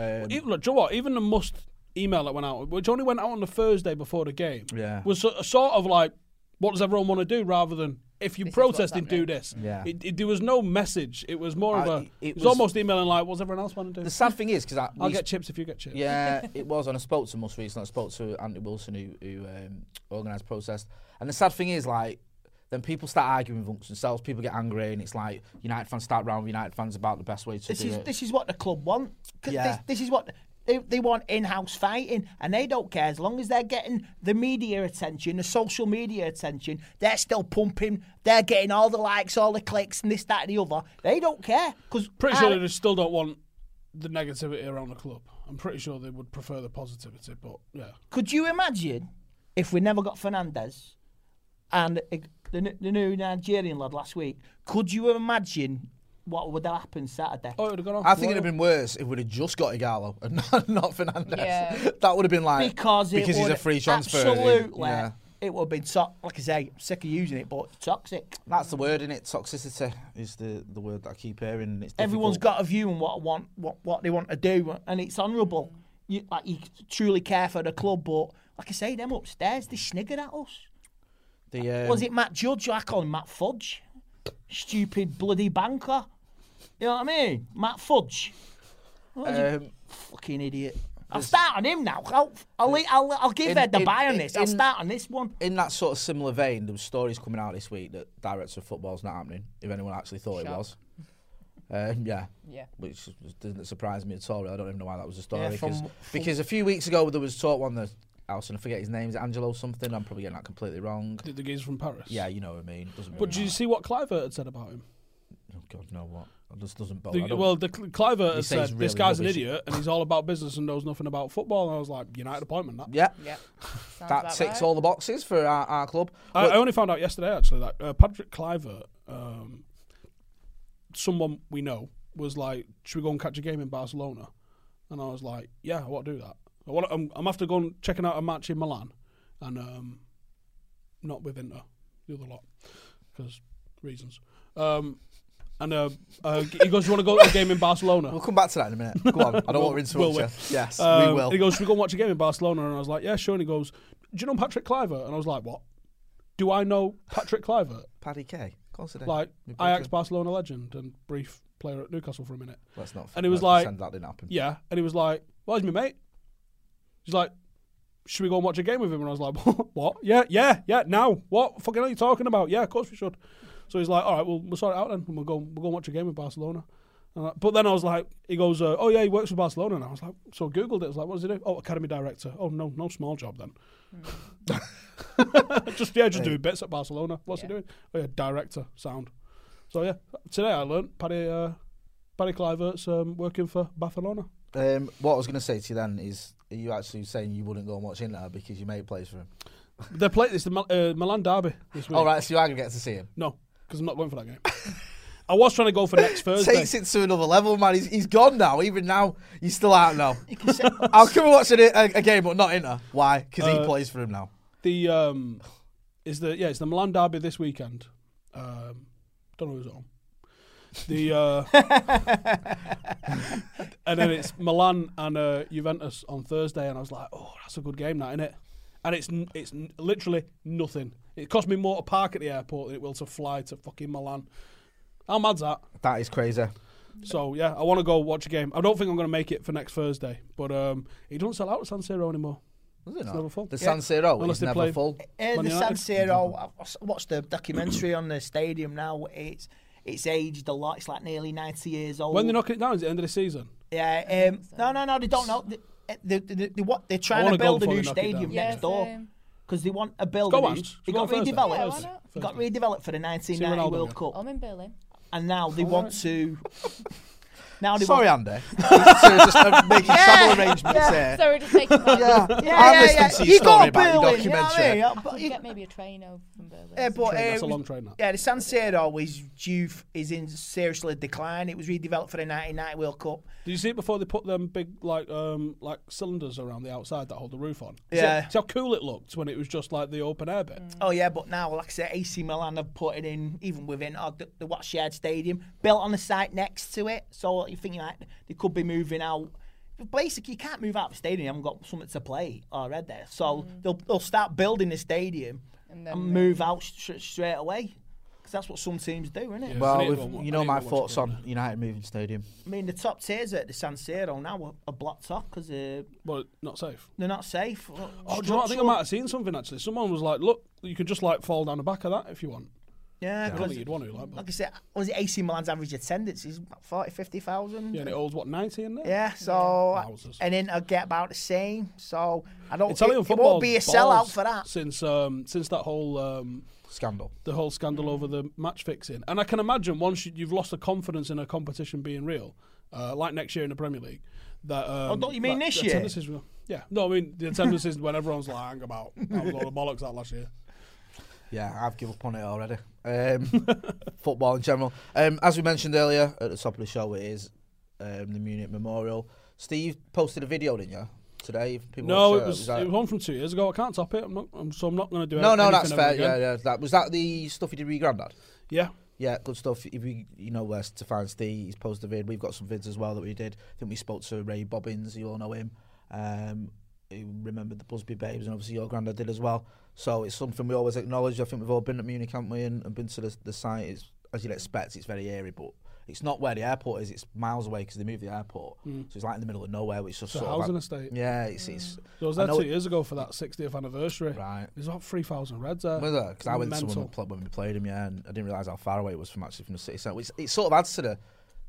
[SPEAKER 1] um,
[SPEAKER 2] Even, look, do you know what? Even the must email that went out, which only went out on the Thursday before the game,
[SPEAKER 1] Yeah.
[SPEAKER 2] was so, sort of like, what does everyone want to do rather than if you're
[SPEAKER 3] This is what's
[SPEAKER 2] protesting, do
[SPEAKER 3] happening.
[SPEAKER 2] this.
[SPEAKER 1] Yeah.
[SPEAKER 2] It, it- there was no message. It was more of
[SPEAKER 1] I-
[SPEAKER 2] a.
[SPEAKER 1] it
[SPEAKER 2] It, was,
[SPEAKER 1] was-
[SPEAKER 2] almost emailing like, what's everyone else want to do?
[SPEAKER 1] the sad thing is because I
[SPEAKER 2] I'll
[SPEAKER 1] we-
[SPEAKER 2] get chips if you get chips.
[SPEAKER 1] Yeah, it was. And I spoke to him most recently. I spoke to Andy Wilson, who, who um, organised protest. And the sad thing is, like, then people start arguing amongst themselves. People get angry, and it's like United fans start round with United fans about the best way to
[SPEAKER 4] This
[SPEAKER 1] do
[SPEAKER 4] is
[SPEAKER 1] it.
[SPEAKER 4] this is what the club want. 'Cause
[SPEAKER 1] Yeah.
[SPEAKER 4] This, this is what they, they want in-house fighting, and they don't care as long as they're getting the media attention, the social media attention. They're still pumping. They're getting all the likes, all the clicks, and this, that, and the other. They don't care because
[SPEAKER 2] Pretty sure they still don't want the negativity around the club. I'm pretty sure they would prefer the positivity, but yeah.
[SPEAKER 4] Could you imagine if we never got Fernandez and uh, the, n- the new Nigerian lad last week? Could you imagine what would have happened Saturday?
[SPEAKER 2] Oh, it would have gone off.
[SPEAKER 1] I think it'd have
[SPEAKER 2] Royal.
[SPEAKER 1] been worse if we'd have just got Igalo and not, not Fernandez.
[SPEAKER 3] Yeah.
[SPEAKER 1] That would have been like
[SPEAKER 4] because it
[SPEAKER 1] because he's
[SPEAKER 4] would
[SPEAKER 1] a free transfer. isn't he?
[SPEAKER 4] Absolutely.
[SPEAKER 1] Yeah.
[SPEAKER 4] It would have been, to- like I say, I'm sick of using it, but toxic.
[SPEAKER 1] That's the word in it. Toxicity is the, the word that I keep hearing. and It's
[SPEAKER 4] Everyone's
[SPEAKER 1] difficult.
[SPEAKER 4] got a view on what I want, what, what they want to do, and it's honourable. You, like, you truly care for the club, but like I say, them upstairs, they sniggered at us.
[SPEAKER 1] the um,
[SPEAKER 4] Was it Matt Judge? I call him Matt Fudge. Stupid bloody banker. You know what I mean? Matt Fudge.
[SPEAKER 1] um,
[SPEAKER 4] Fucking idiot. I'll start on him now. I'll, I'll, I'll, I'll give
[SPEAKER 1] In-
[SPEAKER 4] Ed the
[SPEAKER 1] in-
[SPEAKER 4] buy on
[SPEAKER 1] in-
[SPEAKER 4] this. I'll
[SPEAKER 1] in-
[SPEAKER 4] start on this one.
[SPEAKER 1] in that sort of similar vein, there was stories coming out this week that director of football's not happening. If anyone actually thought it
[SPEAKER 3] Shock.
[SPEAKER 1] was, um, yeah,
[SPEAKER 3] Yeah.
[SPEAKER 1] which doesn't surprise me at all. really. I don't even know why that was a story.
[SPEAKER 4] Yeah, from-
[SPEAKER 1] 'cause-
[SPEAKER 4] from-
[SPEAKER 1] because a few weeks ago there was talk on the house, and I forget his name. Is it Angelo something? I'm probably getting that completely wrong.
[SPEAKER 2] The, the geezer from Paris.
[SPEAKER 1] Yeah, you know what I mean. Doesn't
[SPEAKER 2] But
[SPEAKER 1] really
[SPEAKER 2] did you
[SPEAKER 1] matter.
[SPEAKER 2] see what Clive Hurt had said about him?
[SPEAKER 1] Oh, God, no, what? That just doesn't bode.
[SPEAKER 2] The-
[SPEAKER 1] I don't-
[SPEAKER 2] well, the Cl- Clive
[SPEAKER 1] He
[SPEAKER 2] Hurt
[SPEAKER 1] says
[SPEAKER 2] said
[SPEAKER 1] really
[SPEAKER 2] this guy's
[SPEAKER 1] rubbish.
[SPEAKER 2] an idiot and he's all about business and knows nothing about football. And I was like, United appointment. That.
[SPEAKER 1] yeah,
[SPEAKER 3] Yeah. Sounds
[SPEAKER 1] that
[SPEAKER 3] about
[SPEAKER 1] ticks
[SPEAKER 3] right.
[SPEAKER 1] all the boxes for our, our club.
[SPEAKER 2] I,
[SPEAKER 1] Look,
[SPEAKER 2] I only found out yesterday actually that uh, Patrick Cliver, um, someone we know, was like, "Should we go and catch a game in Barcelona?" And I was like, "Yeah, I want to do that. I want. I'm, I'm after going checking out a match in Milan, and um, not with Inter, the other lot, because reasons." Um, and uh, uh, he goes, "You want to go to a game in Barcelona?"
[SPEAKER 1] we'll come back to that in a minute. Go on. I don't want to interrupt
[SPEAKER 2] Will we?
[SPEAKER 1] you. Yes,
[SPEAKER 2] Um,
[SPEAKER 1] we will.
[SPEAKER 2] And he goes, Should we go and watch a game in Barcelona? And I was like, Yeah, sure. And he goes, Do you know Patrick Cliver? And I was like, What? Do I know Patrick Cliver?
[SPEAKER 1] Paddy K. Consider.
[SPEAKER 2] Like,
[SPEAKER 1] We both
[SPEAKER 2] Ajax
[SPEAKER 1] do.
[SPEAKER 2] Barcelona legend and brief player at Newcastle for a minute.
[SPEAKER 1] Let's not.
[SPEAKER 2] and he was
[SPEAKER 1] let's
[SPEAKER 2] like-
[SPEAKER 1] pretend that didn't happen.
[SPEAKER 2] Yeah. And he was like, Well, he's my mate. He's like, Should we go and watch a game with him? And I was like, What? Yeah, yeah, yeah. Now, what fucking are you talking about? Yeah, of course we should. So he's like, All right, well, we'll sort it out then. And we'll go, we'll go and watch a game with Barcelona. And I- But then I was like, he goes, uh, oh yeah, he works for Barcelona. And I was like, so I Googled it. I was like, what does he do? Oh, academy director. Oh, no, no small job then. just, yeah, just doing bits at Barcelona. What's he doing? Oh yeah, director, sound. So yeah, today I learnt Paddy, uh, Paddy Clivert's um, working for Barcelona.
[SPEAKER 1] Um, what I was going to say to you then is, are you actually saying you wouldn't go and watch Inter because your mate plays for him?
[SPEAKER 2] They're playing this the Mil- uh, Milan derby this week.
[SPEAKER 1] All right, so you are gonna get to see him.
[SPEAKER 2] No, because I'm not going for that game. I was trying to go for next Thursday.
[SPEAKER 1] Takes it to another level, man. He's, he's gone now. Even now, he's still out now. I'll come and watch a, a, a game, but not Inter. Why? Because
[SPEAKER 2] Uh,
[SPEAKER 1] he plays for him now.
[SPEAKER 2] The um, is the yeah, it's the Milan derby this weekend. Um, don't know who's on. The uh, and then it's Milan and uh, Juventus on Thursday, and I was like, oh, that's a good game, that isn't it? And it's n- it's n- literally nothing. It cost me more to park at the airport than it will to fly to fucking Milan. How mad's that?
[SPEAKER 1] That is crazy.
[SPEAKER 2] So yeah, I want to go watch a game. I don't think I'm going to make it for next Thursday, but um, it doesn't sell out at San Siro anymore.
[SPEAKER 1] Is it not?
[SPEAKER 2] never full.
[SPEAKER 1] The San Siro
[SPEAKER 2] Unless
[SPEAKER 1] is
[SPEAKER 2] they
[SPEAKER 1] never
[SPEAKER 2] play-
[SPEAKER 1] full.
[SPEAKER 4] Uh,
[SPEAKER 2] Man
[SPEAKER 4] the "Oh, San
[SPEAKER 2] United.
[SPEAKER 4] Siro. I was- I watched the documentary on the stadium now. It's it's aged a lot. It's like nearly ninety years old.
[SPEAKER 2] When they knock it down, is it the end of the season?
[SPEAKER 4] yeah. Um, no, no, no. They don't know. They, uh, they, they, they, what they're trying
[SPEAKER 2] wanna
[SPEAKER 4] to
[SPEAKER 2] go
[SPEAKER 4] build a
[SPEAKER 2] before
[SPEAKER 4] new
[SPEAKER 2] they knock it
[SPEAKER 4] stadium
[SPEAKER 2] down.
[SPEAKER 3] Yeah,
[SPEAKER 4] next door
[SPEAKER 3] same.
[SPEAKER 4] because they want a building.
[SPEAKER 2] on,
[SPEAKER 4] It
[SPEAKER 2] should we
[SPEAKER 4] it
[SPEAKER 2] go
[SPEAKER 4] got
[SPEAKER 2] on Thursday?
[SPEAKER 4] redeveloped.
[SPEAKER 2] Yeah,
[SPEAKER 3] why not? Oh.
[SPEAKER 4] It got redeveloped for the nineteen ninety
[SPEAKER 2] See Ronaldo
[SPEAKER 4] World
[SPEAKER 2] again.
[SPEAKER 4] Cup,
[SPEAKER 3] I'm in Berlin.
[SPEAKER 4] and now
[SPEAKER 3] Oh.
[SPEAKER 4] they want to. Now they
[SPEAKER 1] Sorry,
[SPEAKER 4] want.
[SPEAKER 1] Andy. Just- so just uh, making travel arrangements here.
[SPEAKER 3] Sorry, just making fun.
[SPEAKER 1] Yeah,
[SPEAKER 4] Yeah,
[SPEAKER 1] I'm
[SPEAKER 4] yeah,
[SPEAKER 1] listening
[SPEAKER 4] yeah.
[SPEAKER 1] to
[SPEAKER 4] You
[SPEAKER 1] your
[SPEAKER 4] got
[SPEAKER 1] story
[SPEAKER 4] a
[SPEAKER 1] about your
[SPEAKER 4] building, you know what I
[SPEAKER 1] documentary.
[SPEAKER 4] mean? Yeah, but
[SPEAKER 3] You
[SPEAKER 4] you-
[SPEAKER 3] get maybe a train over from Berlin.
[SPEAKER 4] Yeah, but
[SPEAKER 2] train, that's
[SPEAKER 4] uh,
[SPEAKER 2] a
[SPEAKER 4] it
[SPEAKER 2] long
[SPEAKER 4] was-
[SPEAKER 2] train, that.
[SPEAKER 4] Yeah, the San Siro was due f- is in seriously decline. It was redeveloped for the 1990 World Cup.
[SPEAKER 2] Did you see it before they put them big like um like cylinders around the outside that hold the roof on? See-
[SPEAKER 4] Yeah.
[SPEAKER 2] See, how cool it looked when it was just like the open air bit.
[SPEAKER 4] Oh yeah, but now, like I said, AC Milan have put it in, even within uh, the, the Watchyard Stadium, built on the site next to it. So you think like they could be moving out. But Basically, you can't move out of the stadium. You haven't got something to play already. So they'll they'll start building the stadium and, move out sh- straight away because that's what some teams do, isn't it?
[SPEAKER 2] I need
[SPEAKER 1] Well,
[SPEAKER 2] to
[SPEAKER 1] with-
[SPEAKER 2] go and wa-
[SPEAKER 1] you
[SPEAKER 2] I
[SPEAKER 1] know
[SPEAKER 2] need to
[SPEAKER 1] my
[SPEAKER 2] go watch
[SPEAKER 1] thoughts
[SPEAKER 2] it,
[SPEAKER 1] on United moving stadium.
[SPEAKER 4] I mean, the top tiers at the San Siro now are, are blocked off because uh,
[SPEAKER 2] But not safe.
[SPEAKER 4] they're not safe.
[SPEAKER 2] Oh, do you know what? I think I might have seen something actually. Someone was like, "Look, you could just like fall down the back of that if you want."
[SPEAKER 4] Yeah,
[SPEAKER 2] I don't
[SPEAKER 4] 'cause-
[SPEAKER 2] think you'd want to, like, but
[SPEAKER 4] like I said, was it AC Milan's average attendance is about 40, 50,000?
[SPEAKER 2] yeah, and it holds what ninety in there.
[SPEAKER 4] Yeah, so
[SPEAKER 2] Wowzers.
[SPEAKER 4] and then I'll get about the same. So I don't.
[SPEAKER 2] Italian
[SPEAKER 4] it, it
[SPEAKER 2] football
[SPEAKER 4] won't be a sellout
[SPEAKER 2] balls
[SPEAKER 4] for that.
[SPEAKER 2] Since um since that whole um
[SPEAKER 1] Scandal.
[SPEAKER 2] the whole scandal over the match fixing. And I can imagine once you, you've lost the confidence in a competition being real, uh, like next year in the Premier League, that. Um,
[SPEAKER 4] Oh, don't you mean
[SPEAKER 2] that
[SPEAKER 4] this
[SPEAKER 2] the
[SPEAKER 4] year?
[SPEAKER 2] attendance is real. Yeah, no, I mean the attendance is when everyone's like, "Hang about, that was all the bollocks that last year."
[SPEAKER 1] Yeah, I've given up on it already. Um, football in general. Um, as we mentioned earlier at the top of the show, it is um, the Munich Memorial. Steve posted a video, didn't you? Today, if people
[SPEAKER 2] No,
[SPEAKER 1] watched
[SPEAKER 2] it was
[SPEAKER 1] that-
[SPEAKER 2] it was one from two years ago. I can't top it. I'm not, I'm, so I'm not going to do
[SPEAKER 1] no, no,
[SPEAKER 2] anything
[SPEAKER 1] that's
[SPEAKER 2] ever
[SPEAKER 1] fair.
[SPEAKER 2] again.
[SPEAKER 1] Yeah, yeah. That was that the stuff he did with your granddad.
[SPEAKER 2] yeah.
[SPEAKER 1] Yeah, good stuff. If we, you know where to find Steve, he's posted a vid. We've got some vids as well that we did. I think we spoke to Ray Bobbins. You all know him. Um, who remembered the Busby Babes, and obviously your granddad did as well. So it's something we always acknowledge. I think we've all been at Munich, haven't we? And, and been to the, the site. It's, as you'd expect, it's very eerie, but it's not where the airport is. It's miles away because they moved the airport, so it's like in the middle of nowhere, which is just
[SPEAKER 2] Mm. a
[SPEAKER 1] sort of
[SPEAKER 2] housing
[SPEAKER 1] like-
[SPEAKER 2] estate.
[SPEAKER 1] Yeah, it's, it's
[SPEAKER 2] So I was
[SPEAKER 1] I
[SPEAKER 2] there
[SPEAKER 1] know
[SPEAKER 2] two
[SPEAKER 1] it-
[SPEAKER 2] years ago for that 60th anniversary.
[SPEAKER 1] Right.
[SPEAKER 2] There's about 3,000 Reds there.
[SPEAKER 1] Because I went to one
[SPEAKER 2] Mental.
[SPEAKER 1] of the club when we played him, yeah, and I didn't realise how far away it was from actually from the city centre. Which it sort of adds to the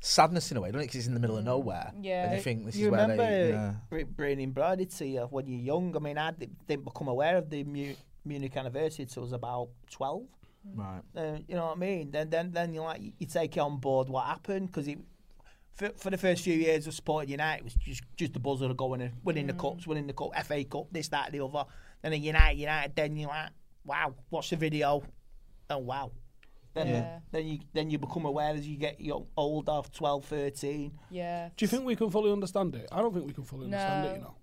[SPEAKER 1] sadness in a way, doesn't it? Because it's in the middle
[SPEAKER 2] Mm.
[SPEAKER 1] of nowhere.
[SPEAKER 3] Yeah.
[SPEAKER 1] And you think this
[SPEAKER 4] You
[SPEAKER 1] is
[SPEAKER 4] remember
[SPEAKER 1] where they. Yeah.
[SPEAKER 4] it being imbedded to you when you're young. I mean, I di- didn't become aware of the Mu- Munich anniversary till I was about twelve.
[SPEAKER 2] Mm.
[SPEAKER 1] Right.
[SPEAKER 4] Uh, you know what I mean? Then then then you like you take on board what happened because it. For, for the first few years of supporting United, it was just just the buzzer of going and winning the
[SPEAKER 3] Mm.
[SPEAKER 4] cups, winning the cup, FA Cup, this, that, the other. Then at United, United, then you're like, wow, watch the video, and wow. Then,
[SPEAKER 3] Yeah.
[SPEAKER 4] then you then you become aware as you get you know, older, 12, 13.
[SPEAKER 3] Yeah.
[SPEAKER 2] Do you think we can fully understand it? I don't think we can fully understand it, you
[SPEAKER 3] No.
[SPEAKER 2] know.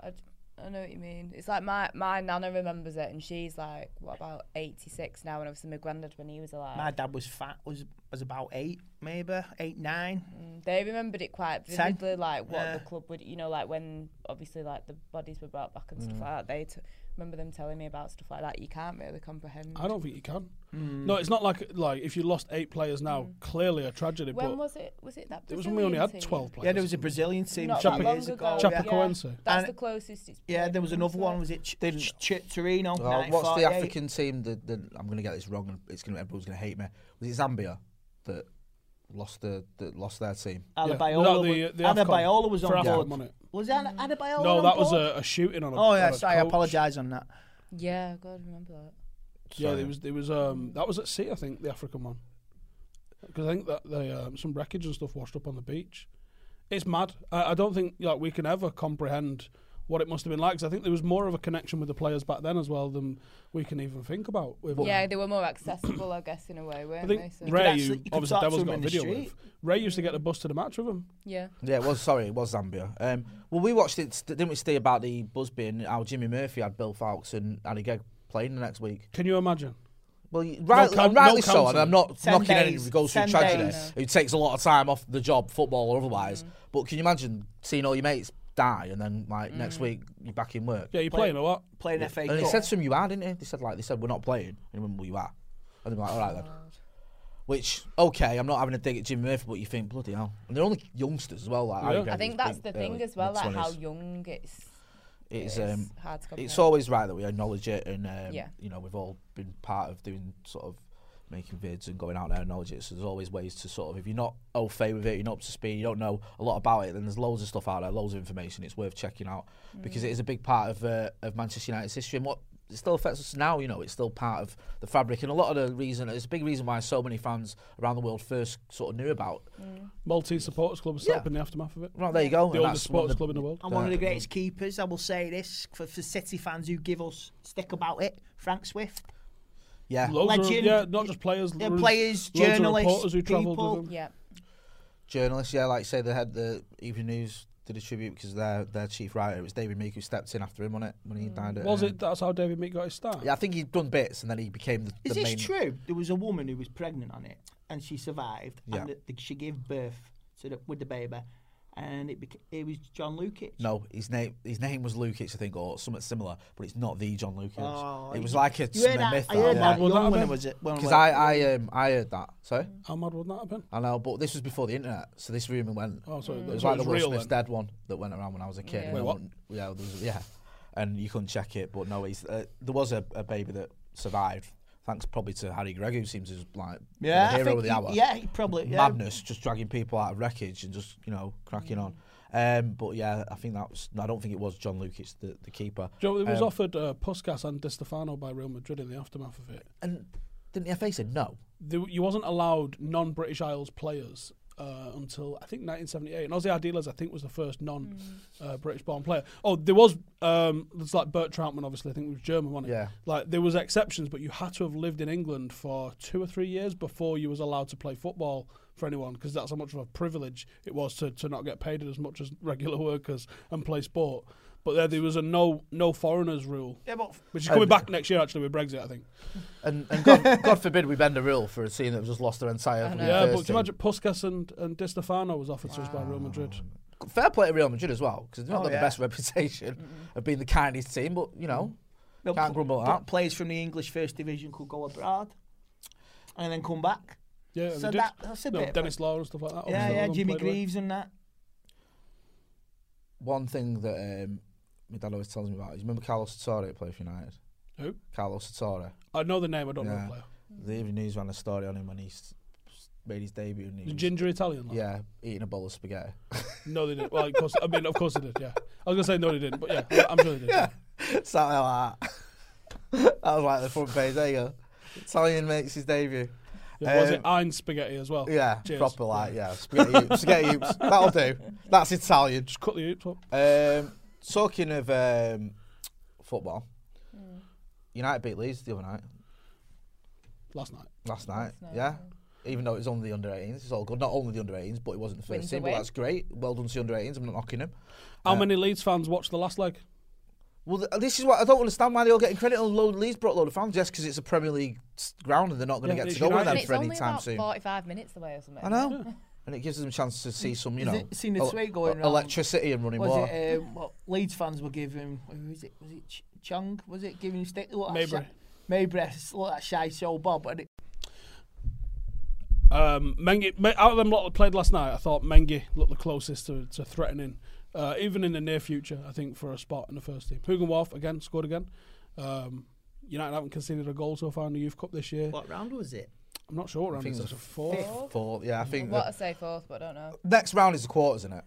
[SPEAKER 3] I, d- I know what you mean. It's like my, my nana remembers it, and she's like, what about 86 now? And obviously, my granddad, when he was alive,
[SPEAKER 4] My dad was fat, was was about eight, maybe eight, nine.
[SPEAKER 3] Mm, they remembered it quite
[SPEAKER 4] Ten.
[SPEAKER 3] vividly, like what
[SPEAKER 4] Yeah.
[SPEAKER 3] the club would, you know, like when obviously, like the bodies were brought back and stuff
[SPEAKER 2] Mm.
[SPEAKER 3] like that. They t- remember them telling me about stuff like that. You can't really comprehend.
[SPEAKER 2] I don't think you can. No, it's not like like if you lost eight players now, clearly a tragedy.
[SPEAKER 3] Mm. when
[SPEAKER 2] but
[SPEAKER 3] was it? Was it that?
[SPEAKER 2] it was when we only
[SPEAKER 3] Brazilian
[SPEAKER 2] had
[SPEAKER 3] team?
[SPEAKER 2] 12 players.
[SPEAKER 4] Yeah, there was a Brazilian team
[SPEAKER 3] Not
[SPEAKER 4] two
[SPEAKER 3] that long
[SPEAKER 4] years
[SPEAKER 3] ago.
[SPEAKER 4] ago.
[SPEAKER 2] Chapecoense.
[SPEAKER 4] yeah.
[SPEAKER 3] That's
[SPEAKER 4] And-
[SPEAKER 3] the closest. It's
[SPEAKER 4] Yeah, there was
[SPEAKER 3] come
[SPEAKER 4] another
[SPEAKER 3] to
[SPEAKER 4] one.
[SPEAKER 3] it.
[SPEAKER 4] Was it Ch- Ch- Ch- Torino?
[SPEAKER 1] Well, Oh, what's the
[SPEAKER 4] 1948?
[SPEAKER 1] African team that, that I'm going to get this wrong and it's going to everyone's going to hate me? Was it Zambia that lost the that lost their team?
[SPEAKER 2] Ah,
[SPEAKER 4] Adebayola,
[SPEAKER 2] No,
[SPEAKER 4] was-
[SPEAKER 2] the- the AFCON.
[SPEAKER 4] Adebayola was
[SPEAKER 2] For
[SPEAKER 4] on
[SPEAKER 2] AFCON,
[SPEAKER 4] board.
[SPEAKER 2] wasn't it?
[SPEAKER 4] Was Ade- Adebayola
[SPEAKER 2] no,
[SPEAKER 4] on
[SPEAKER 2] that was
[SPEAKER 4] board?
[SPEAKER 2] a, a shooting on a.
[SPEAKER 4] Oh, yeah,
[SPEAKER 2] on a
[SPEAKER 4] sorry, I
[SPEAKER 2] coach.
[SPEAKER 4] apologise on that.
[SPEAKER 3] Yeah, God, I remember that.
[SPEAKER 2] Yeah, it was. It was. Um, that was at sea, I think, the African one. Because I think that they um, some wreckage and stuff washed up on the beach. It's mad. I, I don't think like we can ever comprehend what it must have been like. 'cause I think there was more of a connection with the players back then as well than we can even think about. With
[SPEAKER 3] Yeah, they were more accessible, I guess, in a way,
[SPEAKER 2] I
[SPEAKER 3] weren't they?
[SPEAKER 2] think
[SPEAKER 3] So,
[SPEAKER 2] Ray,
[SPEAKER 4] actually-
[SPEAKER 2] who
[SPEAKER 4] you could
[SPEAKER 2] obviously
[SPEAKER 4] talk to
[SPEAKER 2] Devil's
[SPEAKER 4] him
[SPEAKER 2] got a
[SPEAKER 4] in the
[SPEAKER 2] video
[SPEAKER 4] street.
[SPEAKER 2] with, Ray used
[SPEAKER 1] Mm.
[SPEAKER 2] to get the bus to the match with him.
[SPEAKER 3] yeah.
[SPEAKER 1] Yeah, it was. Sorry, it was Zambia. Um, well, we watched it, st- didn't we, Steve, about the Busby and how Jimmy Murphy had Bill Fowkes and Andy Gegg playing the next week.
[SPEAKER 2] Can you imagine?
[SPEAKER 1] Well, you- right,
[SPEAKER 2] count-
[SPEAKER 1] and rightly
[SPEAKER 2] no
[SPEAKER 1] so, and
[SPEAKER 2] counting.
[SPEAKER 1] I'm not
[SPEAKER 4] Ten
[SPEAKER 1] knocking any
[SPEAKER 4] days,
[SPEAKER 1] who goes through
[SPEAKER 4] ten
[SPEAKER 1] tragedy,
[SPEAKER 4] days.
[SPEAKER 1] who takes a lot of time off the job, football or
[SPEAKER 3] Mm.
[SPEAKER 1] otherwise. But can you imagine seeing all your mates die and then, like,
[SPEAKER 3] Mm.
[SPEAKER 1] next week you're back in work?
[SPEAKER 2] Yeah, you're playing a lot.
[SPEAKER 4] Playing FA
[SPEAKER 1] And
[SPEAKER 4] Cup.
[SPEAKER 1] it said to him, you are, didn't it? They said, like, they said, we're not playing. And he went, well, you are. And they were like, all right, then. Which, okay, I'm not having a dig at Jimmy Murphy, but you think, bloody hell. And they're only youngsters as well. Like,
[SPEAKER 2] Yeah.
[SPEAKER 1] Gregg
[SPEAKER 3] I think
[SPEAKER 1] was
[SPEAKER 3] that's the
[SPEAKER 1] big,
[SPEAKER 3] thing
[SPEAKER 1] early
[SPEAKER 3] as well, like how
[SPEAKER 1] mid-twenties.
[SPEAKER 3] young it's.
[SPEAKER 1] it's,
[SPEAKER 3] it's
[SPEAKER 1] um,
[SPEAKER 3] hard to
[SPEAKER 1] it's
[SPEAKER 3] comprehend.
[SPEAKER 1] always right that we acknowledge it, and um,
[SPEAKER 3] Yeah.
[SPEAKER 1] you know we've all been part of doing sort of making vids and going out there and acknowledge it. So there's always ways to sort of if you're not au fait with it, you're not up to speed, you don't know a lot about it, then there's loads of stuff out there, loads of information. It's worth checking out because it is a big part of uh, of Manchester United's history and what. It still affects us now, you know. It's still part of the fabric, and a lot of the reason. It's a big reason why so many fans around the world first sort of knew about.
[SPEAKER 2] Maltese supporters club was set
[SPEAKER 1] Yeah.
[SPEAKER 2] up in the aftermath of it.
[SPEAKER 1] Well, there you go.
[SPEAKER 2] The
[SPEAKER 1] and
[SPEAKER 2] oldest
[SPEAKER 1] that's one of
[SPEAKER 2] sports club in the world.
[SPEAKER 4] I'm one of the greatest keepers. I will say this for, for City fans who give us stick about it. Frank Swift,
[SPEAKER 1] Yeah,
[SPEAKER 2] Loads of-
[SPEAKER 4] Legend.
[SPEAKER 2] yeah, not just players.
[SPEAKER 4] Yeah,
[SPEAKER 2] there was
[SPEAKER 4] players,
[SPEAKER 2] loads of
[SPEAKER 4] journalists,
[SPEAKER 2] reporters who travelled
[SPEAKER 4] people.
[SPEAKER 2] with him.
[SPEAKER 3] Yeah.
[SPEAKER 1] journalists. Yeah, like say they had the Evening News did a tribute because their their chief writer it was David Meek who stepped in after him on it when
[SPEAKER 4] Mm.
[SPEAKER 1] he died. At,
[SPEAKER 2] Was
[SPEAKER 1] uh,
[SPEAKER 2] it? That's how David Meek got his start.
[SPEAKER 1] Yeah, I think he'd done bits and then he became the,
[SPEAKER 4] is
[SPEAKER 1] the
[SPEAKER 4] this
[SPEAKER 1] main.
[SPEAKER 4] true? There was a woman who was pregnant on it, and she survived,
[SPEAKER 1] Yeah.
[SPEAKER 4] and the, the, she gave birth to the, with the baby, and it beca- it was John Lukic.
[SPEAKER 1] No, his name his name was Lukic, I think, or something similar, but it's not the John Lukic.
[SPEAKER 4] Oh,
[SPEAKER 1] it was
[SPEAKER 4] you-
[SPEAKER 1] like a
[SPEAKER 4] You heard that?
[SPEAKER 1] myth.
[SPEAKER 4] I heard that.
[SPEAKER 2] Well,
[SPEAKER 4] young
[SPEAKER 2] that-
[SPEAKER 4] when it was it? when
[SPEAKER 1] Because
[SPEAKER 4] it-
[SPEAKER 1] I I um I heard that. Sorry,
[SPEAKER 4] Mm.
[SPEAKER 2] How mad would that have been?
[SPEAKER 1] I know, but this was before the internet, so this rumor went.
[SPEAKER 2] Oh, so it
[SPEAKER 1] it was
[SPEAKER 2] was
[SPEAKER 1] like the Will
[SPEAKER 2] real
[SPEAKER 1] Smith's
[SPEAKER 2] then.
[SPEAKER 1] dead one that went around when I was a kid.
[SPEAKER 3] Yeah.
[SPEAKER 1] and
[SPEAKER 3] Wait,
[SPEAKER 1] no
[SPEAKER 2] what?
[SPEAKER 1] one- Yeah, there was, yeah, and you couldn't check it, but no, he's, uh, there was a, a baby that survived. Thanks probably to Harry Gregg, who seems to just, like
[SPEAKER 4] yeah,
[SPEAKER 1] the
[SPEAKER 4] I
[SPEAKER 1] hero
[SPEAKER 4] think
[SPEAKER 1] of the
[SPEAKER 4] he-
[SPEAKER 1] hour.
[SPEAKER 4] Yeah, he probably. Yeah.
[SPEAKER 1] Madness, just dragging people out of wreckage and just you know cracking on. Um, but yeah, I think that was. I don't think it was John Lukic, the, the keeper.
[SPEAKER 2] Joe, it was
[SPEAKER 1] Um,
[SPEAKER 2] offered uh, Puskas and Di Stefano by Real Madrid in the aftermath of it.
[SPEAKER 1] And didn't the FA say no?
[SPEAKER 2] There, you wasn't allowed non-British Isles players uh, until I think 1978, and Ozzy Ardiles I think was the first non-British-born player. Oh, there was um, there's like Bert Troutman, obviously I think he was German, wasn't he?
[SPEAKER 1] Yeah.
[SPEAKER 2] Like there was exceptions, but you had to have lived in England for two or three years before you was allowed to play football for anyone, because that's how much of a privilege it was to, to not get paid as much as regular workers and play sport. But there, there was a no no foreigners rule,
[SPEAKER 4] Yeah, but
[SPEAKER 2] which is coming back next year actually with Brexit, I think.
[SPEAKER 1] And, and God, God forbid we bend a rule for a team that have just lost their entire. fucking
[SPEAKER 2] Yeah,
[SPEAKER 1] first
[SPEAKER 2] but can
[SPEAKER 1] team.
[SPEAKER 2] you imagine Puskas and, and Di Stefano was offered to us by Real Madrid?
[SPEAKER 1] Fair play to Real Madrid as well because they've not
[SPEAKER 4] Oh,
[SPEAKER 1] got
[SPEAKER 4] yeah.
[SPEAKER 1] the best reputation of being the kindest team, but you know
[SPEAKER 4] no,
[SPEAKER 1] can't
[SPEAKER 4] pl-
[SPEAKER 1] grumble at
[SPEAKER 4] pl-
[SPEAKER 1] that.
[SPEAKER 4] Players from the English First Division could go abroad, and then come back.
[SPEAKER 2] Yeah,
[SPEAKER 4] So
[SPEAKER 2] they did.
[SPEAKER 4] that- that's a
[SPEAKER 2] no,
[SPEAKER 4] bit of a-
[SPEAKER 2] Dennis Law and stuff like that.
[SPEAKER 4] Yeah,
[SPEAKER 2] obviously,
[SPEAKER 4] yeah,
[SPEAKER 2] all them
[SPEAKER 4] Jimmy
[SPEAKER 2] played away.
[SPEAKER 4] Greaves and that.
[SPEAKER 1] one thing that um, my dad always tells me about. is You remember Carlos Sartori who played for United?
[SPEAKER 2] Who?
[SPEAKER 1] Carlos Sartori.
[SPEAKER 2] I know the name. I don't know the
[SPEAKER 1] Yeah.
[SPEAKER 2] player.
[SPEAKER 1] The Evening News ran a story on him when he s- made his debut. And he
[SPEAKER 2] The
[SPEAKER 1] was-
[SPEAKER 2] ginger Italian. Lad.
[SPEAKER 1] Yeah, eating a bowl of spaghetti.
[SPEAKER 2] No, they didn't. Well, of course. I mean, of course they did. Yeah. I was gonna say no, they didn't. But yeah, I- I'm sure they did. Yeah.
[SPEAKER 1] Something like that. that was like the front page. There you go. Italian makes his debut.
[SPEAKER 2] was
[SPEAKER 1] Um,
[SPEAKER 2] it Ein spaghetti as well?
[SPEAKER 1] Yeah,
[SPEAKER 2] Cheers.
[SPEAKER 1] proper like yeah, spaghetti hoops, spaghetti hoops. That'll do. That's Italian.
[SPEAKER 2] Just cut the hoops up.
[SPEAKER 1] Um, talking of um, football,
[SPEAKER 3] Hmm.
[SPEAKER 1] United beat Leeds the other night.
[SPEAKER 2] Last night.
[SPEAKER 1] Last night, yeah. Even though it was only the under 18s, it's all good. Not only the under 18s, but it wasn't the first
[SPEAKER 3] Wins the
[SPEAKER 1] team. But
[SPEAKER 3] win.
[SPEAKER 1] that's great. Well done to the under 18s. I'm not knocking them.
[SPEAKER 4] Uh,
[SPEAKER 2] How many Leeds fans watched the last leg?
[SPEAKER 1] Well, th- this is what I don't understand why they're all getting credit on load Leeds brought a load of fans just because it's a Premier League s- ground and they're not going
[SPEAKER 2] Yeah,
[SPEAKER 1] to get
[SPEAKER 2] it's
[SPEAKER 1] to go with
[SPEAKER 2] United.
[SPEAKER 1] them
[SPEAKER 3] And
[SPEAKER 2] Not
[SPEAKER 3] it's
[SPEAKER 1] for any
[SPEAKER 3] only
[SPEAKER 1] time
[SPEAKER 3] about
[SPEAKER 1] soon.
[SPEAKER 3] 45 minutes away or something.
[SPEAKER 1] I know, and it gives them a chance to see some, you know,
[SPEAKER 4] it- seen the
[SPEAKER 1] el-
[SPEAKER 4] tweet going
[SPEAKER 1] el-
[SPEAKER 4] round?
[SPEAKER 1] electricity and running
[SPEAKER 4] Was
[SPEAKER 1] water.
[SPEAKER 4] it um, what Leeds fans were giving? Who was it? Was it Ch- Chung? Was it giving stick? Look, that
[SPEAKER 2] Mabry.
[SPEAKER 4] shi- Mabry, look at shy so Bob. And it,
[SPEAKER 2] Um, Mengi, Me- out of them lot that played last night, I thought Mengi looked the closest to, to threatening, uh, even in the near future, I think, for a spot in the first team. Hugenwolf, again, scored again. Um, United haven't conceded a goal so far in the Youth Cup this year.
[SPEAKER 4] what round was it?
[SPEAKER 2] I'm not sure what round
[SPEAKER 1] think
[SPEAKER 2] it's
[SPEAKER 1] it was
[SPEAKER 2] a four.
[SPEAKER 1] Four, yeah, I think
[SPEAKER 3] What I
[SPEAKER 1] the
[SPEAKER 3] say fourth, but I don't know.
[SPEAKER 1] next round is the quarters, isn't it?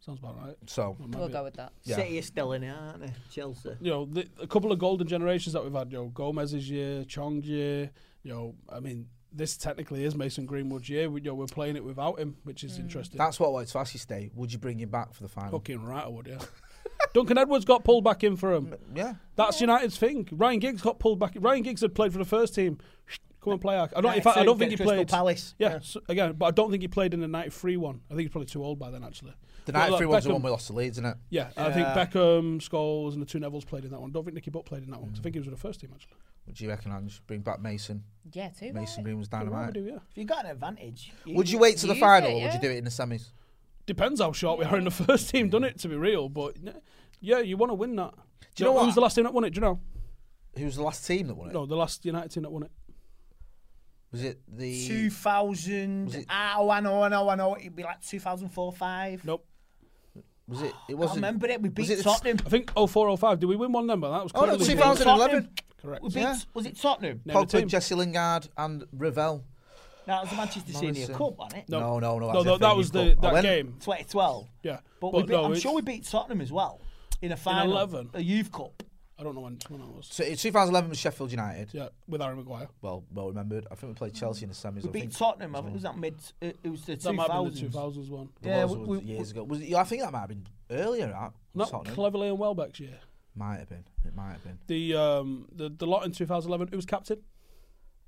[SPEAKER 2] Sounds about right.
[SPEAKER 1] So
[SPEAKER 3] We'll go with that.
[SPEAKER 1] Yeah.
[SPEAKER 4] City are still in it, aren't they? Chelsea.
[SPEAKER 2] You know, the, a couple of golden generations that we've had, you know, Gomez's year, Chong's year, you know, I mean, this technically is Mason Greenwood's year. We, you know, we're playing it without him, which is interesting.
[SPEAKER 1] that's what I wanted to ask you, Stay. Would you bring him back for the final?
[SPEAKER 2] Fucking right, I would, yeah. Duncan Edwards got pulled back in for him.
[SPEAKER 1] yeah.
[SPEAKER 2] That's United's thing. Ryan Giggs got pulled back. Ryan Giggs had played for the first team. Come and play. I don't. in fact, I
[SPEAKER 4] Excellent.
[SPEAKER 2] don't think he
[SPEAKER 4] Crystal
[SPEAKER 2] played.
[SPEAKER 4] Palace.
[SPEAKER 2] Yeah, so- again, but I don't think he played in the '93 one. I think he's probably too old by then, actually.
[SPEAKER 1] The
[SPEAKER 2] But, like,
[SPEAKER 1] 93 one's the
[SPEAKER 2] Beckham-
[SPEAKER 1] one we lost to Leeds, isn't it?
[SPEAKER 2] Yeah, I think Beckham, Scholes, and the two Nevilles played in that one. Don't think Nicky Butt played in that one. 'cause I think he was with the first team actually.
[SPEAKER 1] Would you reckon Ange bring back Mason?
[SPEAKER 3] Yeah, too.
[SPEAKER 1] Mason
[SPEAKER 3] right.
[SPEAKER 1] Green was
[SPEAKER 2] Why
[SPEAKER 1] dynamite.
[SPEAKER 2] do yeah?
[SPEAKER 4] If you got an advantage, you,
[SPEAKER 1] Would you wait to the
[SPEAKER 3] Use
[SPEAKER 1] final,
[SPEAKER 3] it,
[SPEAKER 1] or would
[SPEAKER 3] yeah.
[SPEAKER 1] you do it in the semis?
[SPEAKER 2] Depends how short we are in the first team, doesn't it? To be real, but n- yeah, you want to win that.
[SPEAKER 1] Do you know
[SPEAKER 2] who was
[SPEAKER 1] what?
[SPEAKER 2] the last team that won it? Do you know?
[SPEAKER 1] Who was the last team that won it?
[SPEAKER 2] No, the last United team that won it.
[SPEAKER 1] Was it the
[SPEAKER 4] 2000, oh, I know, I know, I know, it'd be like 2004, 5.
[SPEAKER 2] Nope.
[SPEAKER 1] Was it? It
[SPEAKER 4] I
[SPEAKER 1] wasn't.
[SPEAKER 4] remember it, we
[SPEAKER 1] was
[SPEAKER 4] beat
[SPEAKER 1] the-
[SPEAKER 4] Tottenham.
[SPEAKER 2] I think 0405. Did we win one then? But that was
[SPEAKER 1] Oh no,
[SPEAKER 2] clearly-
[SPEAKER 1] 2011.
[SPEAKER 2] Correct.
[SPEAKER 4] We beat,
[SPEAKER 1] Yeah.
[SPEAKER 4] Was it Tottenham? No,
[SPEAKER 2] Name the team.
[SPEAKER 1] Pogba, Jesse Lingard, and Ravel.
[SPEAKER 4] that was the Manchester Senior
[SPEAKER 1] Morrison.
[SPEAKER 4] Cup, wasn't it?
[SPEAKER 1] No, no, no.
[SPEAKER 2] No,
[SPEAKER 1] that's
[SPEAKER 2] no,
[SPEAKER 1] FA
[SPEAKER 2] that was
[SPEAKER 1] Cup.
[SPEAKER 2] the
[SPEAKER 1] I
[SPEAKER 2] that
[SPEAKER 1] went-
[SPEAKER 2] game.
[SPEAKER 4] 2012.
[SPEAKER 2] Yeah,
[SPEAKER 4] But,
[SPEAKER 2] But
[SPEAKER 4] we beat,
[SPEAKER 2] no,
[SPEAKER 4] I'm
[SPEAKER 2] it's-
[SPEAKER 4] sure we beat Tottenham as well in a final.
[SPEAKER 2] 11.
[SPEAKER 4] A youth cup.
[SPEAKER 2] I don't know when when that was.
[SPEAKER 1] So in 2011 was Sheffield United.
[SPEAKER 2] Yeah, Mm. with Harry Maguire.
[SPEAKER 1] Well, well remembered. I think we played Chelsea in the semis.
[SPEAKER 4] We
[SPEAKER 1] I
[SPEAKER 4] beat
[SPEAKER 1] think.
[SPEAKER 4] Tottenham. I think it was that mid. It it was the
[SPEAKER 2] That might have been the
[SPEAKER 4] 2000s.
[SPEAKER 2] 2000s one.
[SPEAKER 4] Yeah,
[SPEAKER 1] was,
[SPEAKER 4] we-
[SPEAKER 1] was
[SPEAKER 4] we-
[SPEAKER 1] years ago. Was it, I think that might have been earlier. That
[SPEAKER 2] Not
[SPEAKER 1] Tottenham.
[SPEAKER 2] cleverly and Welbeck's year.
[SPEAKER 1] Might have been. It might have been.
[SPEAKER 2] The um the, the lot in 2011. Who was captain?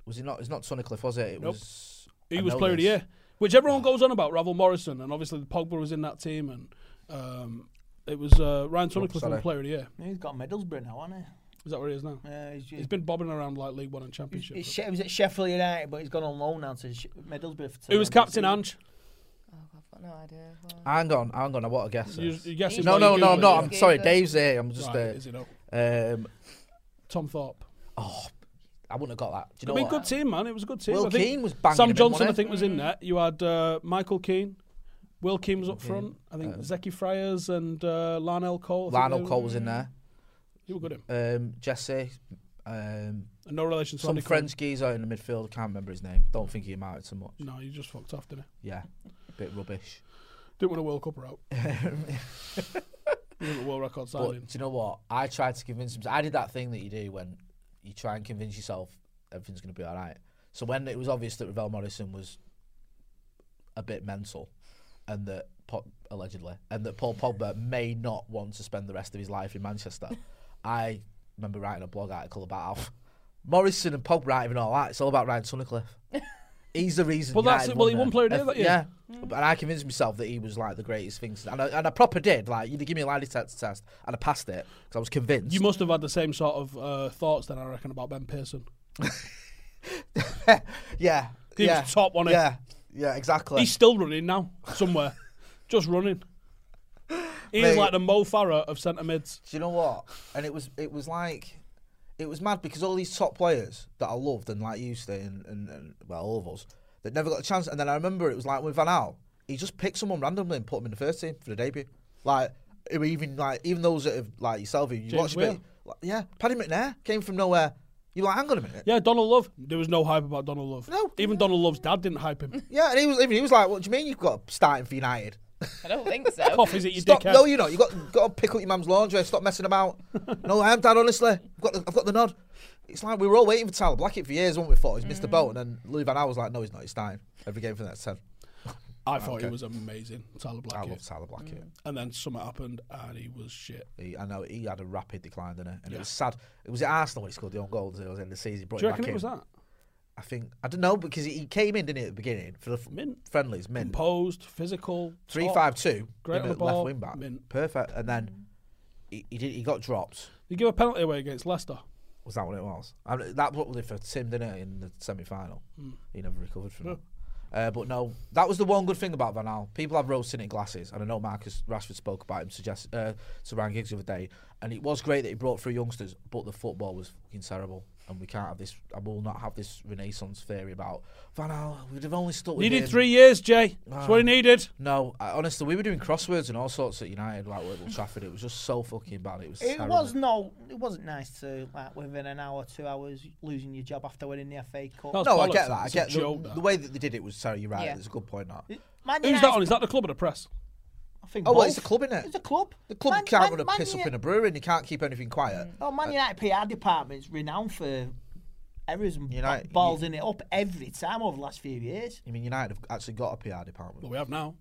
[SPEAKER 1] Was it not? It's not Sunnycliffe, was it? It
[SPEAKER 2] Nope.
[SPEAKER 1] was.
[SPEAKER 2] He
[SPEAKER 1] I
[SPEAKER 2] was
[SPEAKER 1] know
[SPEAKER 2] player of the
[SPEAKER 1] this. Ah.
[SPEAKER 2] year, which everyone goes on about. Ravel Morrison and obviously Pogba was in that team, and um it was uh, Ryan Tunnicliffe who was
[SPEAKER 1] sorry.
[SPEAKER 2] player of the year.
[SPEAKER 4] He's got Middlesbrough now, hasn't
[SPEAKER 2] Is that where he is now?
[SPEAKER 4] he? Uh, he's,
[SPEAKER 2] He's been bobbing around like League One and Championship.
[SPEAKER 4] He's, he was at Sheffield United, but he's gone on loan now to Sh- Middlesbrough. For
[SPEAKER 2] Who was captain? Ange.
[SPEAKER 3] I've got no idea. Well,
[SPEAKER 1] Hang on, hang on. I want to guess.
[SPEAKER 2] You,
[SPEAKER 1] this.
[SPEAKER 2] you guessing?
[SPEAKER 1] no,
[SPEAKER 2] while
[SPEAKER 1] no,
[SPEAKER 2] you
[SPEAKER 1] no.
[SPEAKER 2] Google
[SPEAKER 1] I'm not.
[SPEAKER 2] it,
[SPEAKER 1] I'm
[SPEAKER 3] Google
[SPEAKER 1] sorry.
[SPEAKER 3] it.
[SPEAKER 1] Dave's here. I'm just.
[SPEAKER 2] Right, is
[SPEAKER 1] Uh,
[SPEAKER 2] it not?
[SPEAKER 1] um, oh,
[SPEAKER 2] Tom Thorpe.
[SPEAKER 1] I wouldn't have got that. Do you know
[SPEAKER 2] I mean,
[SPEAKER 1] what?
[SPEAKER 2] good team, man. It was a good team.
[SPEAKER 1] Will
[SPEAKER 2] I think
[SPEAKER 1] Keane was banging
[SPEAKER 2] Sam
[SPEAKER 1] him in,
[SPEAKER 2] Johnson,
[SPEAKER 1] wasn't
[SPEAKER 2] I
[SPEAKER 1] he?
[SPEAKER 2] think, was in there. You had uh, Michael Keane. Will Keane was up front. I think Zeki Friars and uh, Larnell Cole. I think
[SPEAKER 1] uh, Lionel
[SPEAKER 2] they-
[SPEAKER 1] Cole was in there.
[SPEAKER 2] You were good at him.
[SPEAKER 1] Um, Jesse. Um,
[SPEAKER 2] And no relation to
[SPEAKER 1] some
[SPEAKER 2] Andy Cole.
[SPEAKER 1] French geezer in the midfield. Can't remember his name. Don't think he mattered so much.
[SPEAKER 2] No, you just fucked off, didn't you?
[SPEAKER 1] Yeah, bit rubbish.
[SPEAKER 2] Didn't want a World Cup route. you didn't want a world record
[SPEAKER 1] But
[SPEAKER 2] signing.
[SPEAKER 1] do you know what? I tried to convince him. I did that thing that you do when you try and convince yourself everything's going to be all right. So when it was obvious that Ravel Morrison was a bit mental, and that Po- allegedly, and that Paul Pogba may not want to spend the rest of his life in Manchester, I remember writing a blog article about how Morrison and Pogba aren't even all that. It's all about Ryan Tunnicliffe. He's the reason.
[SPEAKER 2] Well, that's
[SPEAKER 1] United
[SPEAKER 2] it. Well, he won
[SPEAKER 1] them.
[SPEAKER 2] player of the year
[SPEAKER 1] If-
[SPEAKER 2] that year.
[SPEAKER 1] Yeah, but Mm. I convinced myself that he was like the greatest thing, and I, and I proper did. Like, you give me a lie detector test, and I passed it because I was convinced.
[SPEAKER 2] You must have had the same sort of uh, thoughts then, I reckon, about Ben Pearson.
[SPEAKER 1] yeah,
[SPEAKER 2] He was
[SPEAKER 1] yeah,
[SPEAKER 2] top, wasn't he?
[SPEAKER 1] Yeah, yeah, exactly.
[SPEAKER 2] He's still running now, somewhere. just running. He's
[SPEAKER 1] Mate.
[SPEAKER 2] like the Mo Farah of centre mids.
[SPEAKER 1] Do you know what? And it was it was like it was mad because all these top players that I loved and like you stay and, and, and well all of us that never got a chance. And then I remember it was like with Van Al, he just picked someone randomly and put him in the first team for the debut. Like it were even like even those that have like yourself who you
[SPEAKER 2] James
[SPEAKER 1] watch a bit.
[SPEAKER 2] Weir.
[SPEAKER 1] Like, yeah, Paddy McNair came from nowhere. You're like, hang on a minute.
[SPEAKER 2] Yeah, Donald Love. There was no hype about Donald Love.
[SPEAKER 1] No.
[SPEAKER 2] Even Donald Love's dad didn't hype him.
[SPEAKER 1] Yeah, and he was even he was like, what do you mean you've got starting for United?
[SPEAKER 3] I don't think so.
[SPEAKER 2] Cough is it your
[SPEAKER 1] Stop!
[SPEAKER 2] dickhead?
[SPEAKER 1] No, you know you got got to pick up your mum's laundry. Stop messing about. no, I am dad. Honestly, I've got the, I've got the nod. It's like we were all waiting for Tyler Blackett for years, weren't we? Thought he's missed the boat, and then Louis Van Gaal was like, "No, he's not. He's starting every game for the next ten.
[SPEAKER 2] I thought he was amazing, Tyler
[SPEAKER 1] I
[SPEAKER 2] Blackett.
[SPEAKER 1] love Tyler Blackett.
[SPEAKER 2] And then something happened and he was shit.
[SPEAKER 1] He, I know he had a rapid decline, didn't he? And it was sad. It was at Arsenal when he scored the own goal. It was in the season. He brought
[SPEAKER 2] Do you
[SPEAKER 1] him
[SPEAKER 2] reckon
[SPEAKER 1] back
[SPEAKER 2] it was
[SPEAKER 1] in.
[SPEAKER 2] that?
[SPEAKER 1] I think I don't know because he, he came in didn't he at the beginning for the f-
[SPEAKER 2] Mint.
[SPEAKER 1] friendlies. Mint
[SPEAKER 2] Posed, physical.
[SPEAKER 1] three
[SPEAKER 2] top.
[SPEAKER 1] five two.
[SPEAKER 2] Great on Oh, the ball.
[SPEAKER 1] left wing back.
[SPEAKER 2] Mint.
[SPEAKER 1] Perfect. And then he he, did, he got dropped.
[SPEAKER 2] You give a penalty away against Leicester.
[SPEAKER 1] Was that what it was? I mean, that what was it for Tim, didn't it, in the semi final?
[SPEAKER 2] Hmm.
[SPEAKER 1] He never recovered from that. Uh, but no, that was the one good thing about Van Al. People have rose tinted glasses, and I know Marcus Rashford spoke about him suggest, uh, to Ryan Giggs the other day, and it was great that he brought through youngsters, but the football was fucking terrible, and we can't have this. I will not have this Renaissance theory about Van Al. We'd have only stuck with
[SPEAKER 2] Needed
[SPEAKER 1] him.
[SPEAKER 2] three years, Jay. That's
[SPEAKER 1] Ah.
[SPEAKER 2] what he needed.
[SPEAKER 1] No, I, honestly, we were doing crosswords and all sorts at United, like with Old Trafford. It was just so fucking bad. It was.
[SPEAKER 4] It
[SPEAKER 1] terrible.
[SPEAKER 4] was no, it wasn't nice to like within an hour, two hours losing your job after winning the FA Cup.
[SPEAKER 2] No,
[SPEAKER 1] No, I
[SPEAKER 2] bollocks.
[SPEAKER 1] get that. I
[SPEAKER 2] It's a
[SPEAKER 1] get the,
[SPEAKER 2] joke, that.
[SPEAKER 1] the way that they did it was sorry. You're right.
[SPEAKER 3] Yeah.
[SPEAKER 1] It's a good point. That.
[SPEAKER 4] Man
[SPEAKER 2] Who's that on? Is that the club or the press?
[SPEAKER 4] I think
[SPEAKER 1] Oh, well,
[SPEAKER 4] both.
[SPEAKER 1] it's a club, innit?
[SPEAKER 4] It's a club.
[SPEAKER 1] The club
[SPEAKER 4] Man-
[SPEAKER 1] can't
[SPEAKER 4] Man-
[SPEAKER 1] run a
[SPEAKER 4] Man
[SPEAKER 1] piss up
[SPEAKER 4] Uni-
[SPEAKER 1] in a brewery and they can't keep anything quiet.
[SPEAKER 4] Oh, Man United PR department's renowned for errors and
[SPEAKER 1] United-
[SPEAKER 4] United, balls in it up every time over the last few years.
[SPEAKER 1] I mean, United have actually got a PR department. Oh,
[SPEAKER 2] Well, we have now.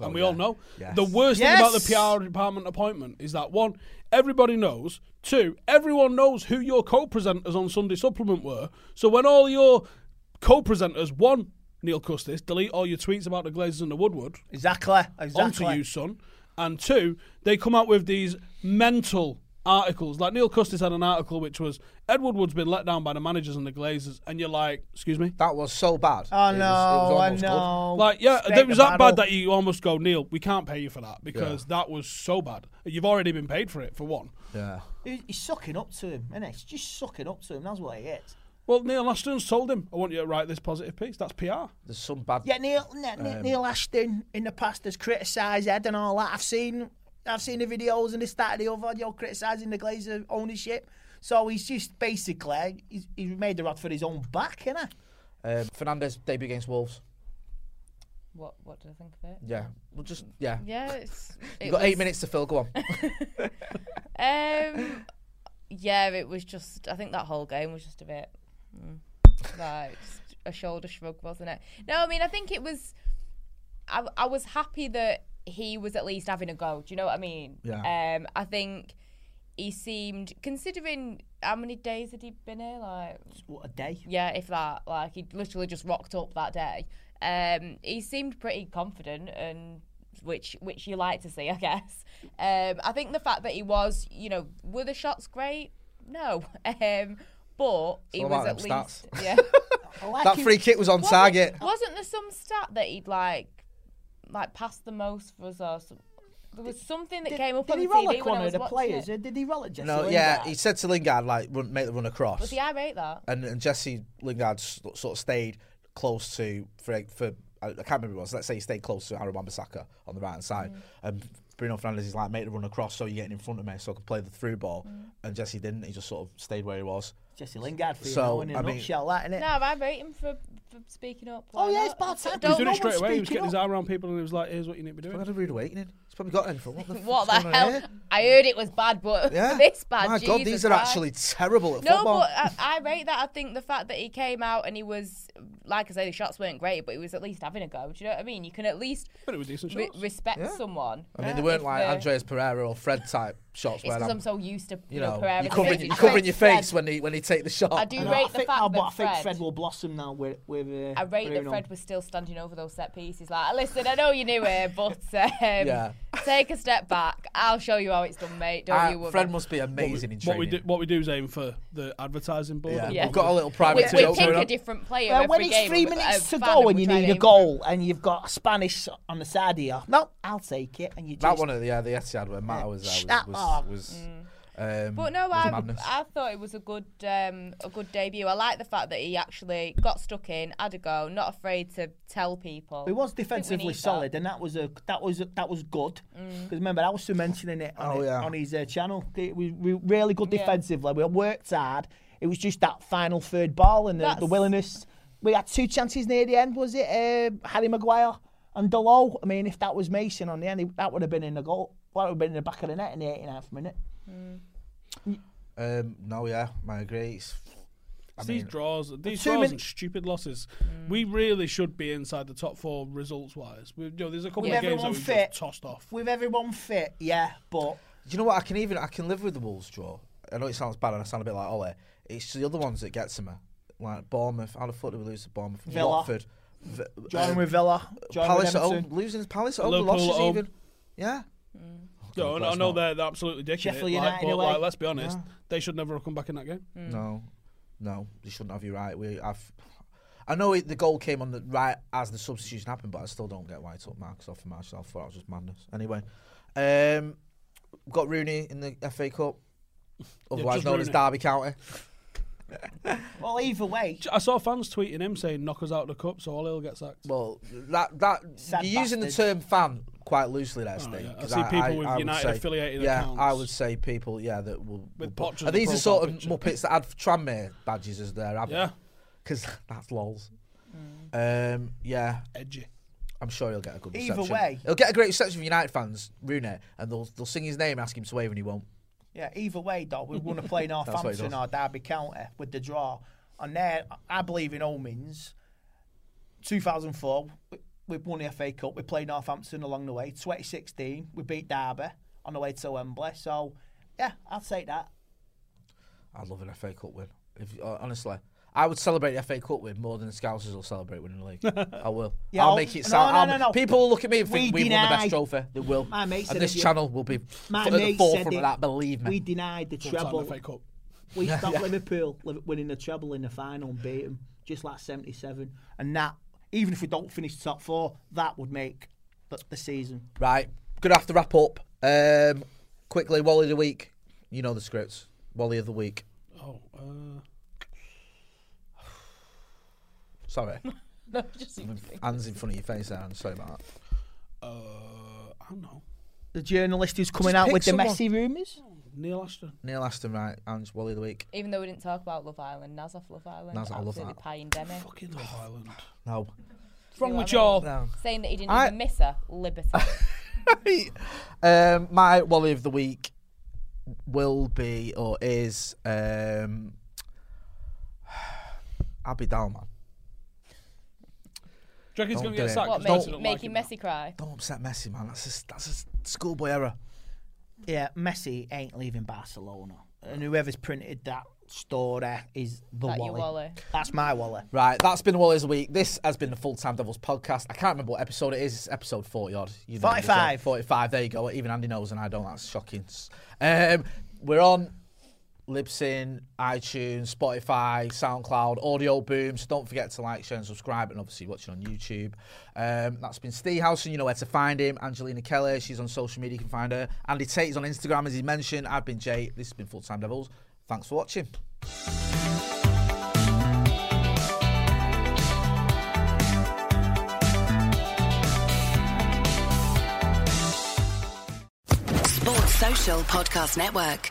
[SPEAKER 2] and we all know.
[SPEAKER 1] Yes.
[SPEAKER 2] The worst
[SPEAKER 4] Yes!
[SPEAKER 2] thing about the PR department appointment is that one, everybody knows. Two, everyone knows who your co-presenters on Sunday Supplement were. So when all your co-presenters, one Neil Custis, delete all your tweets about the Glazers and the Woodward
[SPEAKER 4] Exactly. Exactly.
[SPEAKER 2] onto you, son. And two, they come out with these mental articles. Like Neil Custis had an article which was Edward Wood's been let down by the managers and the Glazers, and you're like, excuse me.
[SPEAKER 1] That was so bad.
[SPEAKER 4] Oh
[SPEAKER 1] It was- it
[SPEAKER 4] no,
[SPEAKER 1] was
[SPEAKER 4] I
[SPEAKER 1] almost good.
[SPEAKER 4] know.
[SPEAKER 2] Like yeah,
[SPEAKER 4] State
[SPEAKER 2] it was
[SPEAKER 4] Oh, the
[SPEAKER 2] that bad
[SPEAKER 4] battle.
[SPEAKER 2] that you almost go, Neil, we can't pay you for that because that was so bad. You've already been paid for it for one.
[SPEAKER 1] Yeah.
[SPEAKER 4] He- He's sucking up to him, isn't he? He's just sucking up to him. That's what he is.
[SPEAKER 2] Well, Neil Ashton's told him, I want you to write this positive piece. That's PR.
[SPEAKER 1] There's some bad.
[SPEAKER 4] Yeah, Neil, Ne- Ne-
[SPEAKER 3] Um,
[SPEAKER 4] Neil Ashton in the past has criticised Ed and all that. I've seen, I've seen the videos and the start of the other, you know, criticising the Glazer ownership. So he's just basically he's, he's made the rod for his own back, isn't he?
[SPEAKER 1] Um, Fernandez debut against Wolves.
[SPEAKER 3] What What do I think of it?
[SPEAKER 1] Yeah. Well, just yeah.
[SPEAKER 3] Yeah, it's. it
[SPEAKER 1] You've got eight
[SPEAKER 3] was-
[SPEAKER 1] minutes to fill. Go on.
[SPEAKER 3] Um, yeah, it was just. I think that whole game was just a bit mm, like just a shoulder shrug, wasn't it? No, I mean, I think it was. I I was happy that he was at least having a go. Do you know what I mean?
[SPEAKER 1] Yeah.
[SPEAKER 3] Um, I think he seemed considering how many days had he been here, like
[SPEAKER 4] What a day!
[SPEAKER 3] yeah, if that. Like he literally just rocked up that day. Um, he seemed pretty confident, and which which you like to see, I guess. Um, I think the fact that he was, you know, were the shots great? No, um, but
[SPEAKER 1] all
[SPEAKER 3] he was
[SPEAKER 1] about
[SPEAKER 3] at
[SPEAKER 1] them
[SPEAKER 3] least yeah.
[SPEAKER 4] I like
[SPEAKER 1] that
[SPEAKER 4] him.
[SPEAKER 1] free kick was on
[SPEAKER 3] Wasn't-
[SPEAKER 1] target.
[SPEAKER 3] Wasn't there some stat that he'd like, like passed the most for us or some, there was something that
[SPEAKER 4] Did,
[SPEAKER 3] came up
[SPEAKER 4] did
[SPEAKER 3] on
[SPEAKER 4] he
[SPEAKER 3] the
[SPEAKER 4] roll
[SPEAKER 3] TV
[SPEAKER 4] at
[SPEAKER 3] when
[SPEAKER 4] one
[SPEAKER 3] I
[SPEAKER 4] of
[SPEAKER 3] was
[SPEAKER 4] the
[SPEAKER 3] watching
[SPEAKER 4] players?
[SPEAKER 3] It.
[SPEAKER 4] Or Did he roll at Jesse?
[SPEAKER 1] No,
[SPEAKER 4] Lingard?
[SPEAKER 1] yeah, he said to Lingard like run, make the run across,
[SPEAKER 3] See, I rate that.
[SPEAKER 1] and, and Jesse Lingard s- sort of stayed close to for for I I can't remember who it was. Let's say he stayed close to Aaron Wan-Bissaka on the right hand side,
[SPEAKER 3] Mm.
[SPEAKER 1] and Bruno Fernandes is like make the run across so you're getting in front of me so I can play the through ball,
[SPEAKER 3] Mm.
[SPEAKER 1] and Jesse didn't. He just sort of stayed where he was.
[SPEAKER 4] Jesse Lingard for
[SPEAKER 1] So,
[SPEAKER 4] you know, in
[SPEAKER 1] I
[SPEAKER 4] a
[SPEAKER 1] mean-
[SPEAKER 4] nutshell, that innit?
[SPEAKER 3] No, I rate him for, for speaking up.
[SPEAKER 4] Oh,
[SPEAKER 3] Why
[SPEAKER 4] yeah,
[SPEAKER 3] not?
[SPEAKER 4] it's bad
[SPEAKER 3] So
[SPEAKER 4] time.
[SPEAKER 3] don't-
[SPEAKER 4] He's
[SPEAKER 2] Doing
[SPEAKER 4] No
[SPEAKER 2] it straight
[SPEAKER 4] one's
[SPEAKER 2] away. He was
[SPEAKER 4] speaking
[SPEAKER 2] getting his
[SPEAKER 4] up.
[SPEAKER 2] arm around people and he was like, here's what you need to be
[SPEAKER 1] I've
[SPEAKER 2] doing.
[SPEAKER 1] had a rude awakening. He's probably got anything. What the,
[SPEAKER 3] What the
[SPEAKER 1] fuck's going on
[SPEAKER 3] hell?
[SPEAKER 1] here?
[SPEAKER 3] I heard it was bad, but
[SPEAKER 1] Yeah.
[SPEAKER 3] this bad.
[SPEAKER 1] My God,
[SPEAKER 3] Jesus
[SPEAKER 1] these are
[SPEAKER 3] Christ.
[SPEAKER 1] actually terrible at
[SPEAKER 3] No,
[SPEAKER 1] football.
[SPEAKER 3] but uh, I, I rate that. I think the fact that he came out and he was, like I say, the shots weren't great, but he was at least having a go. Do you know what I mean? You can at least
[SPEAKER 2] But it was decent
[SPEAKER 3] re-
[SPEAKER 2] shots.
[SPEAKER 3] respect someone. Uh,
[SPEAKER 1] I mean, they weren't
[SPEAKER 3] if
[SPEAKER 1] like
[SPEAKER 3] they're-
[SPEAKER 1] Andreas Pereira or Fred type shots
[SPEAKER 3] It's
[SPEAKER 1] where
[SPEAKER 3] because
[SPEAKER 1] I'm,
[SPEAKER 3] I'm so used to
[SPEAKER 1] you know,
[SPEAKER 3] Pereira
[SPEAKER 1] you're covering,
[SPEAKER 3] facing
[SPEAKER 1] you're covering
[SPEAKER 3] Fred.
[SPEAKER 1] your face when he when he take the shot.
[SPEAKER 3] I do
[SPEAKER 4] No,
[SPEAKER 3] rate
[SPEAKER 4] Oh, I
[SPEAKER 3] the
[SPEAKER 4] think,
[SPEAKER 3] fact
[SPEAKER 4] no,
[SPEAKER 3] that
[SPEAKER 4] but I think
[SPEAKER 3] Fred-
[SPEAKER 4] Fred will blossom now with with. Uh,
[SPEAKER 3] I rate that
[SPEAKER 4] Bruno.
[SPEAKER 3] Fred was still standing over those set pieces. Like, listen, I know you knew it, but um, take a step back. I'll show you how it's done, mate. Don't
[SPEAKER 1] Uh,
[SPEAKER 3] you worry.
[SPEAKER 1] Fred must be amazing in
[SPEAKER 2] What
[SPEAKER 1] training.
[SPEAKER 2] we, do, what we do is aim for the advertising board.
[SPEAKER 1] Yeah.
[SPEAKER 3] Yeah.
[SPEAKER 1] We've got a little
[SPEAKER 3] we,
[SPEAKER 1] private
[SPEAKER 3] we
[SPEAKER 1] joke
[SPEAKER 3] pick
[SPEAKER 1] going
[SPEAKER 3] a
[SPEAKER 1] on.
[SPEAKER 3] different player
[SPEAKER 4] Well,
[SPEAKER 3] every
[SPEAKER 4] when it's
[SPEAKER 3] game uh,
[SPEAKER 4] three
[SPEAKER 3] of-
[SPEAKER 4] minutes
[SPEAKER 3] of
[SPEAKER 4] to
[SPEAKER 3] fan
[SPEAKER 4] go
[SPEAKER 3] and
[SPEAKER 4] and
[SPEAKER 3] we
[SPEAKER 4] you
[SPEAKER 3] try and
[SPEAKER 4] need a
[SPEAKER 3] aim for-
[SPEAKER 4] goal and you've got Spanish on the side here, no, I'll take it. And you just
[SPEAKER 1] That one at the, yeah, the Etihad where Matt was
[SPEAKER 4] Shh,
[SPEAKER 1] there
[SPEAKER 4] that
[SPEAKER 1] was,
[SPEAKER 4] one.
[SPEAKER 1] was, was um,
[SPEAKER 3] Mm. But no,
[SPEAKER 1] was
[SPEAKER 3] I,
[SPEAKER 1] madness.
[SPEAKER 3] I thought it was a good um, a good debut. I like the fact that he actually got stuck in, had a go, not afraid to tell people.
[SPEAKER 4] It was
[SPEAKER 3] I think we
[SPEAKER 4] defensively
[SPEAKER 3] need that. Mm.
[SPEAKER 4] solid, and that was a that was a, that was good. Because remember, I was still mentioning it on,
[SPEAKER 1] Oh,
[SPEAKER 4] it-
[SPEAKER 1] yeah.
[SPEAKER 4] on his uh, channel. It was we were really good defensively. We worked hard. It was just that final third ball and the, the
[SPEAKER 3] That's-
[SPEAKER 4] willingness. We had two chances near the end. Was it uh, Harry Maguire and Delo? I mean, if that was Mason on the end, it- that would have been in the goal. That would have been in the back of the net in the 89th minute.
[SPEAKER 1] um, no, yeah, I agree. It's, I
[SPEAKER 2] It's these
[SPEAKER 1] mean,
[SPEAKER 2] draws, these
[SPEAKER 4] two
[SPEAKER 2] draws
[SPEAKER 4] min- Mm.
[SPEAKER 2] and stupid losses. We really should be inside the top four results wise. We, you know, there's a couple
[SPEAKER 4] With
[SPEAKER 2] of games that
[SPEAKER 4] everyone
[SPEAKER 2] we
[SPEAKER 4] fit.
[SPEAKER 2] just tossed off.
[SPEAKER 4] With everyone fit, yeah, but
[SPEAKER 1] do you know what? I can even I can live with the Wolves draw. I know it sounds bad and I sound a bit like Ole. It's the other ones that get to me, like Bournemouth. How the fuck did we lose to Bournemouth?
[SPEAKER 4] Villa.
[SPEAKER 1] Watford. V-
[SPEAKER 4] join
[SPEAKER 1] um,
[SPEAKER 4] with Villa, join
[SPEAKER 1] Palace
[SPEAKER 4] with
[SPEAKER 1] at home,
[SPEAKER 4] Everton.
[SPEAKER 1] losing to Palace at home, the
[SPEAKER 2] Liverpool
[SPEAKER 1] losses
[SPEAKER 2] at home.
[SPEAKER 1] even. Yeah.
[SPEAKER 2] You know, and I
[SPEAKER 1] course
[SPEAKER 2] know
[SPEAKER 1] not.
[SPEAKER 2] they're, they're absolutely dickhead.
[SPEAKER 4] Sheffield
[SPEAKER 2] like,
[SPEAKER 4] United
[SPEAKER 2] but
[SPEAKER 4] away.
[SPEAKER 2] like, let's be honest, they should never have come back in that game.
[SPEAKER 1] No, no, you shouldn't have you right. We, I've, I know it, the goal came on the right as the substitution happened, but I still don't get why it took Marcus off for Marshall. I thought it was just madness. Anyway, um, got Rooney in the FA Cup, otherwise
[SPEAKER 2] just
[SPEAKER 1] known as
[SPEAKER 2] Rooney.
[SPEAKER 1] Derby County.
[SPEAKER 4] Well, either way,
[SPEAKER 2] I saw fans tweeting him saying, "Knock us out of the cup, so all he'll get sacked."
[SPEAKER 1] Well, that that
[SPEAKER 4] Sad
[SPEAKER 1] you're using the term
[SPEAKER 4] bastard.
[SPEAKER 1] fan quite loosely there, Steve.
[SPEAKER 2] Oh, yeah. I
[SPEAKER 1] 'cause
[SPEAKER 2] see people with
[SPEAKER 1] would
[SPEAKER 2] United affiliated
[SPEAKER 1] Yeah,
[SPEAKER 2] accounts.
[SPEAKER 1] I would say people, yeah, that will.
[SPEAKER 2] With
[SPEAKER 1] will-
[SPEAKER 2] Potch's
[SPEAKER 1] are these the
[SPEAKER 2] profile
[SPEAKER 1] sort of
[SPEAKER 2] picture.
[SPEAKER 1] muppets that had Tranmere badges as their advert?
[SPEAKER 2] Yeah.
[SPEAKER 1] because that's lols. Um, yeah,
[SPEAKER 2] Edgy.
[SPEAKER 1] I'm sure he'll get a good
[SPEAKER 4] Mm. Either
[SPEAKER 1] reception.
[SPEAKER 4] way.
[SPEAKER 1] he'll get a great reception from United fans, Rooney, and they'll they'll sing his name, ask him to wave, and he won't.
[SPEAKER 4] Yeah, either way, though, we want to play
[SPEAKER 1] That's what he
[SPEAKER 4] Northampton
[SPEAKER 1] does.
[SPEAKER 4] or Derby County with the draw. And there, I believe in omens. 2004, we won the FA Cup. We played Northampton along the way. 2016, we beat Derby on the way to Wembley. So, yeah, I'll take that.
[SPEAKER 1] I love an FA Cup win. If uh, honestly, I would celebrate the FA Cup win more than the Scousers will celebrate winning the league. I will.
[SPEAKER 4] Yeah,
[SPEAKER 1] I'll
[SPEAKER 4] I'll-
[SPEAKER 1] make it
[SPEAKER 4] no,
[SPEAKER 1] sound.
[SPEAKER 4] no,
[SPEAKER 1] I'll-
[SPEAKER 4] no, no.
[SPEAKER 1] People will look at me and
[SPEAKER 4] We
[SPEAKER 1] think we, won the
[SPEAKER 4] deny-
[SPEAKER 1] best trophy. They will.
[SPEAKER 4] My mate said
[SPEAKER 1] and this
[SPEAKER 4] if you-
[SPEAKER 1] channel will be f-
[SPEAKER 4] My
[SPEAKER 1] at the
[SPEAKER 4] mate
[SPEAKER 1] forefront
[SPEAKER 4] said
[SPEAKER 1] of
[SPEAKER 4] it.
[SPEAKER 1] that. Believe me.
[SPEAKER 4] We denied the treble.
[SPEAKER 2] FA Cup.
[SPEAKER 4] We stopped Liverpool li- winning the treble in the final and beat 'em, just like 77. And that, even if we don't finish top four, that would make the, the season.
[SPEAKER 1] Right, gonna have to wrap up. Um, quickly, Wally of the week. You know the scripts. Wally of the week.
[SPEAKER 2] Oh, uh,
[SPEAKER 1] Sorry,
[SPEAKER 3] No, just you think.
[SPEAKER 1] hands in front of your face there. I'm sorry about that.
[SPEAKER 2] uh, I don't know.
[SPEAKER 4] The journalist who's coming
[SPEAKER 1] Just
[SPEAKER 4] out
[SPEAKER 1] pick
[SPEAKER 4] with
[SPEAKER 1] someone.
[SPEAKER 4] the messy rumours.
[SPEAKER 2] Neil Ashton.
[SPEAKER 1] Neil Aston, right? Hands Wally of the week.
[SPEAKER 3] Even though we didn't talk about Love Island, Naz off Love Island.
[SPEAKER 1] Naz, I love
[SPEAKER 3] absolutely
[SPEAKER 1] that.
[SPEAKER 3] Pie and Demi.
[SPEAKER 2] Fucking Love Island. What's
[SPEAKER 1] No.
[SPEAKER 2] wrong with
[SPEAKER 3] I mean?
[SPEAKER 2] y'all?
[SPEAKER 1] No.
[SPEAKER 3] Saying that he didn't
[SPEAKER 1] I-
[SPEAKER 3] even miss her, liberty.
[SPEAKER 1] um, my Wally of the week will be or is um, Abby Dalman.
[SPEAKER 2] Do you reckon he's
[SPEAKER 1] Don't
[SPEAKER 2] going
[SPEAKER 1] do
[SPEAKER 2] to get
[SPEAKER 1] it.
[SPEAKER 2] sacked? 'cause
[SPEAKER 3] what,
[SPEAKER 2] Messi
[SPEAKER 3] make,
[SPEAKER 2] don't like
[SPEAKER 3] making
[SPEAKER 2] him now?
[SPEAKER 3] Messi cry?
[SPEAKER 1] Don't upset Messi, man. That's a, that's a schoolboy error.
[SPEAKER 4] Yeah, Messi ain't leaving Barcelona. And whoever's printed that story is the
[SPEAKER 3] That your
[SPEAKER 4] Wally.
[SPEAKER 3] Wally.
[SPEAKER 4] That's my Wally.
[SPEAKER 1] Right, that's been Wally's week. This has been the Full Time Devils podcast. I can't remember what episode it is. It's episode 40 odd. You know the result.
[SPEAKER 4] 45.
[SPEAKER 1] 45, there you go. Even Andy knows and I don't. That's shocking. Um, we're on Libsyn, iTunes, Spotify, SoundCloud, Audio Boom. So don't forget to like, share, and subscribe, and obviously watching on YouTube. Um, that's been Steve Howson. You know where to find him. Angelina Keller, she's on social media. You can find her. Andy Tate is on Instagram, as he mentioned. I've been Jay. This has been Full Time Devils. Thanks for watching.
[SPEAKER 5] Sports Social Podcast Network.